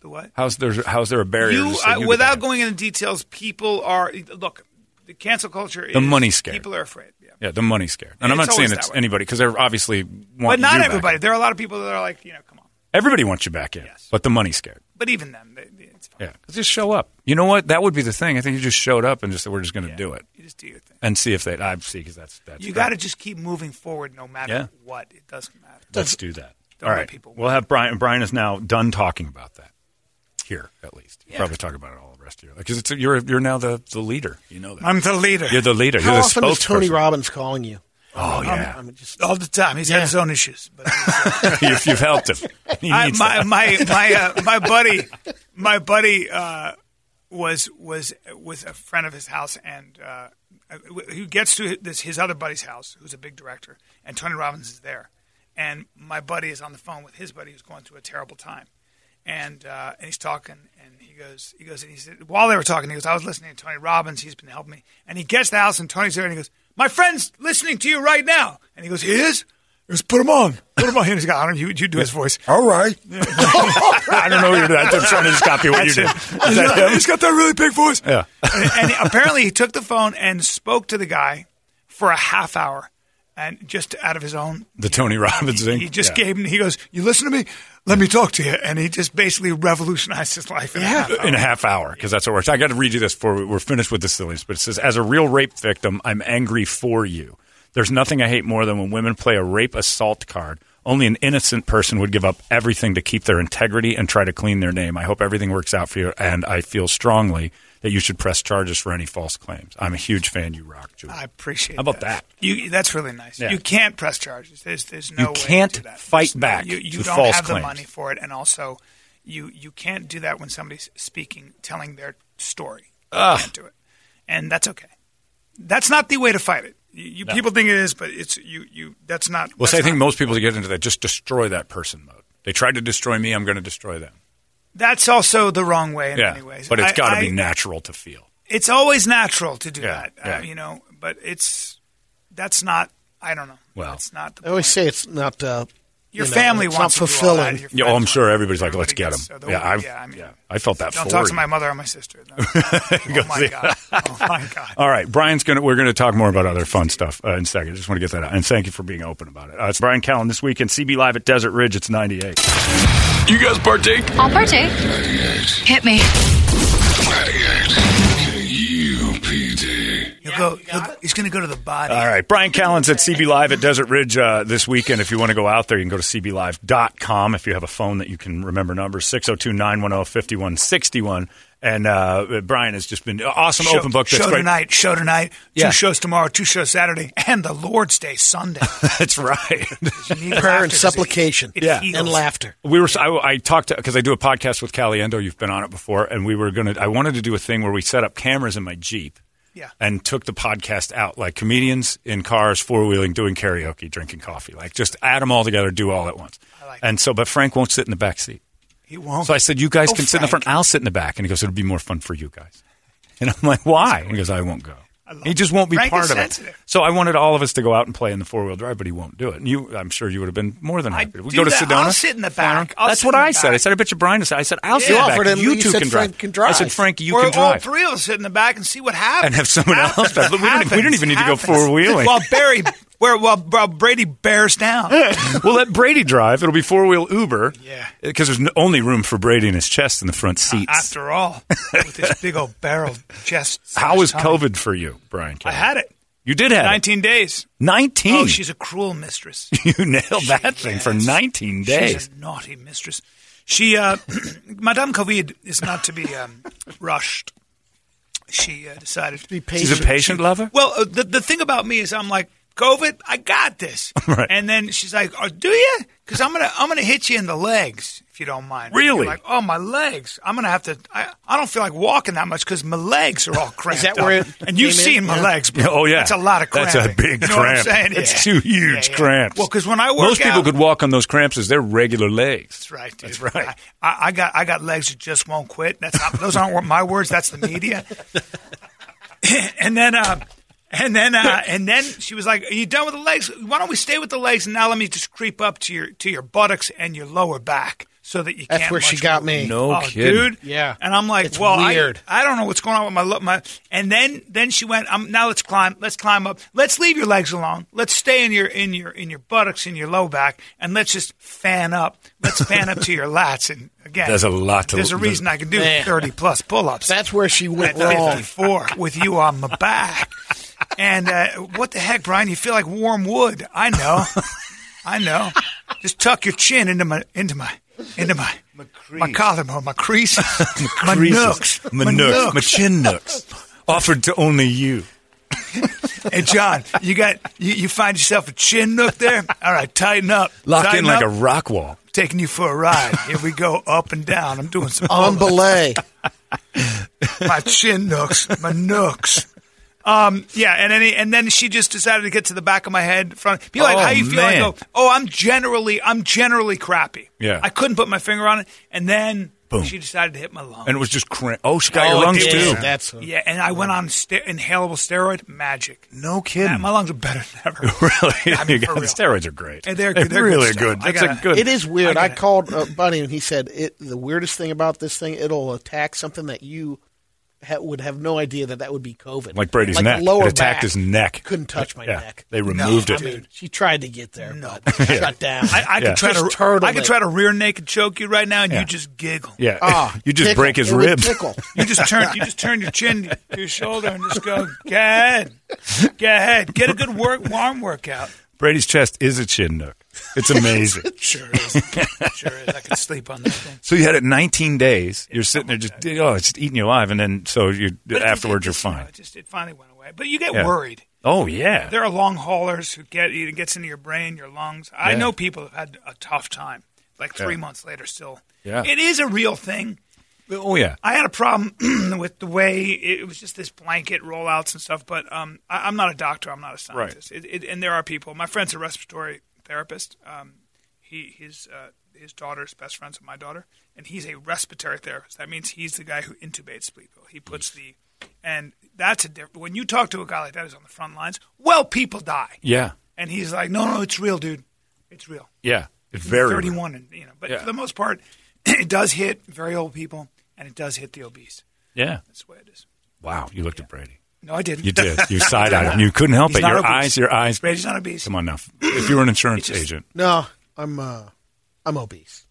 [SPEAKER 4] The what?
[SPEAKER 3] How's there? How's there a barrier?
[SPEAKER 4] You,
[SPEAKER 3] to say
[SPEAKER 4] I,
[SPEAKER 3] who to ban?
[SPEAKER 4] without going into details, people are look. The cancel culture.
[SPEAKER 3] The
[SPEAKER 4] is,
[SPEAKER 3] money's scared.
[SPEAKER 4] People are afraid. Yeah.
[SPEAKER 3] Yeah, the money's scared, and I'm
[SPEAKER 4] It's
[SPEAKER 3] not saying
[SPEAKER 4] always
[SPEAKER 3] it's
[SPEAKER 4] that way.
[SPEAKER 3] anybody because they're obviously
[SPEAKER 4] But
[SPEAKER 3] want
[SPEAKER 4] not
[SPEAKER 3] you back
[SPEAKER 4] everybody.
[SPEAKER 3] in.
[SPEAKER 4] There are a lot of people that are like, you know, come on.
[SPEAKER 3] Everybody wants you back in,
[SPEAKER 4] Yes.
[SPEAKER 3] but the money's scared.
[SPEAKER 4] But even them, they, they- it's fine.
[SPEAKER 3] Yeah, just show up. You know what? That would be the thing. I think you just showed up and just said we're just going to do it
[SPEAKER 4] You just do your thing.
[SPEAKER 3] and see if they. I see because that's that's.
[SPEAKER 4] you
[SPEAKER 3] great.
[SPEAKER 4] got to just keep moving forward, no matter
[SPEAKER 3] Yeah.
[SPEAKER 4] what. It doesn't matter.
[SPEAKER 3] Let's do that.
[SPEAKER 4] Don't
[SPEAKER 3] All
[SPEAKER 4] let
[SPEAKER 3] right.
[SPEAKER 4] people-
[SPEAKER 3] We'll have Brian. Brian is now done talking about that. Here, at least. You
[SPEAKER 4] Yeah.
[SPEAKER 3] Probably talk about it all the rest of your life because it's you're you're now the the leader. You know that.
[SPEAKER 4] I'm the leader.
[SPEAKER 3] you're the leader.
[SPEAKER 5] How
[SPEAKER 3] you're the
[SPEAKER 5] often is Tony
[SPEAKER 3] spokesperson.
[SPEAKER 5] Robbins calling you?
[SPEAKER 3] Oh yeah,
[SPEAKER 5] I'm just
[SPEAKER 4] all the time. He's had his own issues. But
[SPEAKER 3] you've, you've helped him. He
[SPEAKER 4] I,
[SPEAKER 3] needs
[SPEAKER 4] my,
[SPEAKER 3] that.
[SPEAKER 4] my my uh, my buddy, my buddy uh, was was was a friend of his house, and uh, who gets to this his other buddy's house, who's a big director, and Tony Robbins is there, and my buddy is on the phone with his buddy who's going through a terrible time, and uh, and he's talking, and he goes he goes and he said while they were talking, he goes I was listening to Tony Robbins, he's been helping me, and he gets to the house, and Tony's there, and he goes my friend's listening to you right now, and he goes he is. Just put him on. Put him on. He's got, I don't know, you, you do his voice.
[SPEAKER 7] All right.
[SPEAKER 3] I don't know what you're doing. I'm just trying to just copy what you did. Is that him?
[SPEAKER 4] He's got that really big voice.
[SPEAKER 3] Yeah.
[SPEAKER 4] and, and apparently he took the phone and spoke to the guy for a half hour and just out of his own
[SPEAKER 3] The Tony Robbins thing.
[SPEAKER 4] he just
[SPEAKER 3] Yeah.
[SPEAKER 4] gave him he goes you listen to me let me talk to you and he just basically revolutionized his life in a half hour.
[SPEAKER 3] in a half hour because that's what works. I got to read you this before we- we're finished with the silliness. But it says, as a real rape victim, I'm angry for you. There's nothing I hate more than when women play a rape assault card. Only an innocent person would give up everything to keep their integrity and try to clean their name. I hope everything works out for you, and I feel strongly that you should press charges for any false claims. I'm a huge fan. You rock, Julie.
[SPEAKER 4] I appreciate
[SPEAKER 3] How about that?
[SPEAKER 4] You, that's really nice.
[SPEAKER 3] Yeah.
[SPEAKER 4] You can't press charges. There's, there's no
[SPEAKER 3] You
[SPEAKER 4] way to
[SPEAKER 3] can't
[SPEAKER 4] do that.
[SPEAKER 3] fight
[SPEAKER 4] There's no-
[SPEAKER 3] back
[SPEAKER 4] You, you
[SPEAKER 3] to
[SPEAKER 4] don't
[SPEAKER 3] false
[SPEAKER 4] have
[SPEAKER 3] claims.
[SPEAKER 4] the money for it, and also you you can't do that when somebody's speaking, telling their story. You can't do it, and that's okay. That's not the way to fight it. You, you people think it is, but it's you you. That's not.
[SPEAKER 3] Well,
[SPEAKER 4] that's
[SPEAKER 3] see, I think
[SPEAKER 4] not-
[SPEAKER 3] most people that get into that just destroy that person mode. They tried to destroy me. I'm going to destroy them.
[SPEAKER 4] that's also the wrong way in
[SPEAKER 3] Yeah,
[SPEAKER 4] many ways.
[SPEAKER 3] but it's
[SPEAKER 4] I-
[SPEAKER 3] got to
[SPEAKER 4] I-
[SPEAKER 3] be natural to feel.
[SPEAKER 4] It's always natural to do
[SPEAKER 3] Yeah,
[SPEAKER 4] that,
[SPEAKER 3] yeah.
[SPEAKER 4] Uh, you know. But it's that's not. I don't know.
[SPEAKER 3] Well,
[SPEAKER 4] that's not. The
[SPEAKER 5] I always
[SPEAKER 4] point.
[SPEAKER 5] say it's not. Uh,
[SPEAKER 4] Your
[SPEAKER 5] you know,
[SPEAKER 4] family
[SPEAKER 5] it's
[SPEAKER 4] wants
[SPEAKER 5] not
[SPEAKER 4] to do all that.
[SPEAKER 5] fulfilling.
[SPEAKER 4] Your
[SPEAKER 3] Yeah, oh, I'm
[SPEAKER 4] friends
[SPEAKER 3] sure
[SPEAKER 4] want-
[SPEAKER 3] everybody's like, let's
[SPEAKER 4] everybody
[SPEAKER 3] get him.
[SPEAKER 4] gets- so the-
[SPEAKER 3] yeah, I've,
[SPEAKER 4] yeah, I mean,
[SPEAKER 3] I felt that.
[SPEAKER 4] don't
[SPEAKER 3] for
[SPEAKER 4] talk to
[SPEAKER 3] you.
[SPEAKER 4] my mother or my sister. No. oh my god! Oh my god!
[SPEAKER 3] All right, Brian's gonna. We're gonna talk more about other fun stuff uh, in a second. I just want to get that out. And thank you for being open about it. Uh, it's Brian Callen this weekend. CB Live at Desert Ridge. It's 98.
[SPEAKER 7] You guys partake?
[SPEAKER 8] I'll partake. Hit me.
[SPEAKER 2] 98. E K-U-P-D.
[SPEAKER 4] He'll go, he'll- he's going to go to the body.
[SPEAKER 3] All right, Brian Callen's at CB Live at Desert Ridge uh, this weekend. If you want to go out there, you can go to cblive.com if you have a phone that you can remember numbers 602 910 5161. And uh, Brian has just been awesome
[SPEAKER 4] Show,
[SPEAKER 3] open book. That's
[SPEAKER 4] show
[SPEAKER 3] great.
[SPEAKER 4] tonight. Show tonight.
[SPEAKER 3] Yeah.
[SPEAKER 4] Two shows tomorrow. Two shows Saturday, and the Lord's Day Sunday.
[SPEAKER 3] That's right.
[SPEAKER 4] You need
[SPEAKER 5] Prayer
[SPEAKER 4] laughter
[SPEAKER 5] and
[SPEAKER 4] 'cause it-
[SPEAKER 5] supplication,
[SPEAKER 4] it
[SPEAKER 3] Yeah.
[SPEAKER 4] heals.
[SPEAKER 5] and laughter.
[SPEAKER 3] We were. I, I talked because I do a podcast with Caliendo. You've been on it before, and we were gonna. I wanted to do a thing where we set up cameras in my Jeep,
[SPEAKER 4] Yeah.
[SPEAKER 3] and took the podcast out like comedians in cars, four wheeling, doing karaoke, drinking coffee, like just add them all together, do all at once.
[SPEAKER 4] I like
[SPEAKER 3] and so, but Frank won't sit in the back seat.
[SPEAKER 4] He won't.
[SPEAKER 3] So I said, "You guys
[SPEAKER 4] Oh,
[SPEAKER 3] can sit in the
[SPEAKER 4] Frank.
[SPEAKER 3] front. I'll sit in the back." And he goes, "It'll be more fun for you guys." And I'm like, "Why?" And he goes, "I won't go." He just won't be
[SPEAKER 4] Frank
[SPEAKER 3] part
[SPEAKER 4] is
[SPEAKER 3] of it.
[SPEAKER 4] sensitive.
[SPEAKER 3] So I wanted all of us to go out and play in the four wheel drive, but he won't do it. And you, I'm sure you would have been more than happy.
[SPEAKER 4] I'd
[SPEAKER 3] Ah, we
[SPEAKER 4] do
[SPEAKER 3] go to
[SPEAKER 4] that.
[SPEAKER 3] Sedona.
[SPEAKER 4] I'll sit in the back. I'll
[SPEAKER 3] That's
[SPEAKER 4] sit
[SPEAKER 3] what
[SPEAKER 4] in the
[SPEAKER 3] I said.
[SPEAKER 4] back.
[SPEAKER 3] I said, I bet you Brian. is-" I said, I'll sit
[SPEAKER 5] You
[SPEAKER 3] in the
[SPEAKER 5] offered
[SPEAKER 3] back.
[SPEAKER 5] him-
[SPEAKER 3] you
[SPEAKER 5] you
[SPEAKER 3] two
[SPEAKER 5] said
[SPEAKER 3] can
[SPEAKER 5] Frank
[SPEAKER 3] drive.
[SPEAKER 5] can drive.
[SPEAKER 3] I said, Frank, you
[SPEAKER 4] Or
[SPEAKER 3] can
[SPEAKER 4] all
[SPEAKER 3] drive.
[SPEAKER 4] three of us sit in the back and see what happens.
[SPEAKER 3] And have someone else
[SPEAKER 4] Happens,
[SPEAKER 3] drive. We didn't- we didn't even need to go
[SPEAKER 4] happens.
[SPEAKER 3] four-wheeling.
[SPEAKER 4] While Barry, where while, while Brady bears down.
[SPEAKER 3] we'll let Brady drive. It'll be four wheel Uber.
[SPEAKER 4] Yeah. Uh,
[SPEAKER 3] Because there's n- only room for Brady in his chest in the front seats.
[SPEAKER 4] After all, with this big old barrel chest.
[SPEAKER 3] How was
[SPEAKER 4] tummy.
[SPEAKER 3] COVID for you, Brian?
[SPEAKER 4] I
[SPEAKER 3] Kelly?
[SPEAKER 4] had it.
[SPEAKER 3] You did have it.
[SPEAKER 4] 19 days.
[SPEAKER 3] 19.
[SPEAKER 4] Oh, she's a cruel mistress.
[SPEAKER 3] you nailed that thing for
[SPEAKER 4] Yes.
[SPEAKER 3] 19 days.
[SPEAKER 4] She's a naughty mistress. She, uh, Madame COVID is not to be um, rushed. She uh, decided to
[SPEAKER 5] Be
[SPEAKER 3] She's
[SPEAKER 5] patient.
[SPEAKER 3] a patient lover?
[SPEAKER 4] Well, uh, the, the thing about me is I'm like, COVID, I got this.
[SPEAKER 3] Right.
[SPEAKER 4] And then she's like, oh, do you? Because I'm gonna I'm gonna hit you in the legs if you don't mind.
[SPEAKER 3] Really?
[SPEAKER 4] You're like, oh my legs. I'm gonna have to. I, I don't feel like walking that much because my legs are all cramped.
[SPEAKER 5] that
[SPEAKER 4] up.
[SPEAKER 5] where it
[SPEAKER 4] And you've
[SPEAKER 5] came in?
[SPEAKER 4] seen my
[SPEAKER 5] Yeah.
[SPEAKER 4] legs, bro.
[SPEAKER 3] Oh yeah,
[SPEAKER 4] That's a lot of cramping.
[SPEAKER 3] That's a big
[SPEAKER 4] you know
[SPEAKER 3] cramp.
[SPEAKER 4] What I'm saying?
[SPEAKER 3] That's
[SPEAKER 4] Yeah.
[SPEAKER 3] two huge
[SPEAKER 4] Yeah, yeah.
[SPEAKER 3] cramps.
[SPEAKER 4] Well, because when I work
[SPEAKER 3] most people
[SPEAKER 4] out-
[SPEAKER 3] could walk on those cramps as their regular legs.
[SPEAKER 4] That's right, dude.
[SPEAKER 3] That's right.
[SPEAKER 4] I, I- I got I got legs that just won't quit. That's not, those aren't my words. That's the media. and then, uh, and then, uh, and then she was like, "Are you done with the legs? Why don't we stay with the legs? And now let me just creep up to your to your buttocks and your lower back so that you
[SPEAKER 5] That's
[SPEAKER 4] can't."
[SPEAKER 5] where she
[SPEAKER 4] much
[SPEAKER 5] got
[SPEAKER 4] move."
[SPEAKER 5] me.
[SPEAKER 3] No
[SPEAKER 4] Oh,
[SPEAKER 3] kidding.
[SPEAKER 4] dude.
[SPEAKER 5] Yeah.
[SPEAKER 4] And I'm like,
[SPEAKER 5] It's
[SPEAKER 4] well, I-
[SPEAKER 5] weird.
[SPEAKER 4] I, don't know what's going on with my lo- my. And then then she went. Um, now let's climb. Let's climb up. Let's leave your legs alone. Let's stay in your in your in your buttocks and your low back, and let's just fan up. Let's fan up to your lats. And again,
[SPEAKER 3] There's a lot to-
[SPEAKER 4] There's a reason I can do
[SPEAKER 5] Man.
[SPEAKER 4] thirty plus pull ups.
[SPEAKER 5] That's where she went
[SPEAKER 4] at
[SPEAKER 5] wrong.
[SPEAKER 4] 54 with you on my back. And uh, what the heck, Brian? You feel like warm wood. I know. I know. Just tuck your chin into my into my into my my, collarbone, my creases, my,
[SPEAKER 3] Creases.
[SPEAKER 4] nooks,
[SPEAKER 3] my nooks, my chin nooks, offered to only you.
[SPEAKER 4] Hey, John, you got you, you find yourself a chin nook there. All right, tighten up.
[SPEAKER 3] Lock
[SPEAKER 4] tighten
[SPEAKER 3] in like
[SPEAKER 4] up.
[SPEAKER 3] a rock wall.
[SPEAKER 4] taking you for a ride. Here we go, up and down. I'm doing some
[SPEAKER 5] On belay.
[SPEAKER 4] Oh, my chin nooks, my nooks. Um, yeah, and any, and then she just decided to get to the back of my head. Front, be like,
[SPEAKER 3] Oh,
[SPEAKER 4] how you feel? I
[SPEAKER 3] man.
[SPEAKER 4] go, oh, I'm generally, I'm generally crappy.
[SPEAKER 3] Yeah.
[SPEAKER 4] I couldn't put my finger on it, and then
[SPEAKER 3] Boom.
[SPEAKER 4] she decided to hit my lung.
[SPEAKER 3] And it was just cramp. Oh, she got
[SPEAKER 5] Oh,
[SPEAKER 3] your
[SPEAKER 5] it
[SPEAKER 3] lungs
[SPEAKER 5] did.
[SPEAKER 3] too.
[SPEAKER 5] That's
[SPEAKER 4] yeah, and I went on ster- inhalable steroid magic.
[SPEAKER 3] no
[SPEAKER 4] Man,
[SPEAKER 3] kidding.
[SPEAKER 4] my lungs are better than ever.
[SPEAKER 3] really?
[SPEAKER 4] I mean,
[SPEAKER 3] You
[SPEAKER 4] for
[SPEAKER 3] got-
[SPEAKER 4] real.
[SPEAKER 3] steroids are great.
[SPEAKER 4] And they're-
[SPEAKER 3] They're
[SPEAKER 4] they're good
[SPEAKER 3] really
[SPEAKER 4] stuff.
[SPEAKER 3] good.
[SPEAKER 4] I
[SPEAKER 3] That's a
[SPEAKER 4] gotta-
[SPEAKER 3] good.
[SPEAKER 5] It is weird.
[SPEAKER 4] I
[SPEAKER 5] I,
[SPEAKER 4] got it.
[SPEAKER 5] called a buddy and he said it. The weirdest thing about this thing, it'll attack something that you ha- would have no idea that that would be COVID.
[SPEAKER 3] Like Brady's
[SPEAKER 5] Like
[SPEAKER 3] neck.
[SPEAKER 5] lower
[SPEAKER 3] it attacked
[SPEAKER 5] back.
[SPEAKER 3] his neck.
[SPEAKER 5] Couldn't touch my
[SPEAKER 3] Yeah.
[SPEAKER 5] neck.
[SPEAKER 3] They removed
[SPEAKER 4] I
[SPEAKER 3] it.
[SPEAKER 4] mean,
[SPEAKER 5] She tried to get there,
[SPEAKER 4] No.
[SPEAKER 5] but shut down.
[SPEAKER 4] I, I
[SPEAKER 3] Yeah.
[SPEAKER 4] could try
[SPEAKER 5] Just
[SPEAKER 4] to,
[SPEAKER 5] turtled
[SPEAKER 4] I could
[SPEAKER 5] it.
[SPEAKER 4] try to rear naked choke you right now, and
[SPEAKER 3] Yeah.
[SPEAKER 4] you just giggle.
[SPEAKER 3] yeah.
[SPEAKER 5] Ah,
[SPEAKER 3] you just
[SPEAKER 5] tickle.
[SPEAKER 3] break his
[SPEAKER 5] It would
[SPEAKER 3] ribs.
[SPEAKER 5] tickle.
[SPEAKER 4] You just turn you just turn your chin to your shoulder and just go, go ahead. Go ahead. Get a good work warm workout.
[SPEAKER 3] Brady's chest is a chin nook. It's amazing.
[SPEAKER 4] Sure is. Sure is. I could sleep on that thing.
[SPEAKER 3] So you had it 19 days. You're sitting there just oh, it's just eating you alive, and then so you
[SPEAKER 4] But it-
[SPEAKER 3] afterwards
[SPEAKER 4] it
[SPEAKER 3] you're
[SPEAKER 4] just, you know,
[SPEAKER 3] fine.
[SPEAKER 4] it just it finally went away. But you get
[SPEAKER 3] Yeah.
[SPEAKER 4] worried.
[SPEAKER 3] Oh yeah,
[SPEAKER 4] There are long haulers who get it gets into your brain, your lungs. I
[SPEAKER 3] Yeah.
[SPEAKER 4] know people have had a tough time. Like three
[SPEAKER 3] Yeah.
[SPEAKER 4] months later still.
[SPEAKER 3] Yeah.
[SPEAKER 4] It is a real thing.
[SPEAKER 3] oh yeah.
[SPEAKER 4] I had a problem with the way it was just this blanket rollouts and stuff. But um, I, I'm not a doctor. I'm not a scientist. It, it, and there are people. My friend's a respiratory therapist. Um, he his uh, his daughter's best friends with my daughter, and he's a respiratory therapist. That means he's the guy who intubates people. He puts the and that's a different. When you talk to a guy like that who's on the front lines, well, people die.
[SPEAKER 3] Yeah,
[SPEAKER 4] And he's like, no, no, it's real, dude. It's real.
[SPEAKER 3] yeah. It's very
[SPEAKER 4] 31 and you know but
[SPEAKER 3] Yeah.
[SPEAKER 4] for the most part it does hit very old people and it does hit the obese
[SPEAKER 3] Yeah.
[SPEAKER 4] that's the way it is
[SPEAKER 3] Wow, you looked at Brady.
[SPEAKER 4] no i didn't
[SPEAKER 3] You did. You side eyed him. You couldn't help
[SPEAKER 4] He's
[SPEAKER 3] it.
[SPEAKER 4] not
[SPEAKER 3] Your
[SPEAKER 4] obese.
[SPEAKER 3] eyes, your eyes.
[SPEAKER 4] Brady's not obese
[SPEAKER 3] Come on now. If you were an insurance
[SPEAKER 4] just-
[SPEAKER 3] agent,
[SPEAKER 5] no, I'm uh, I'm obese.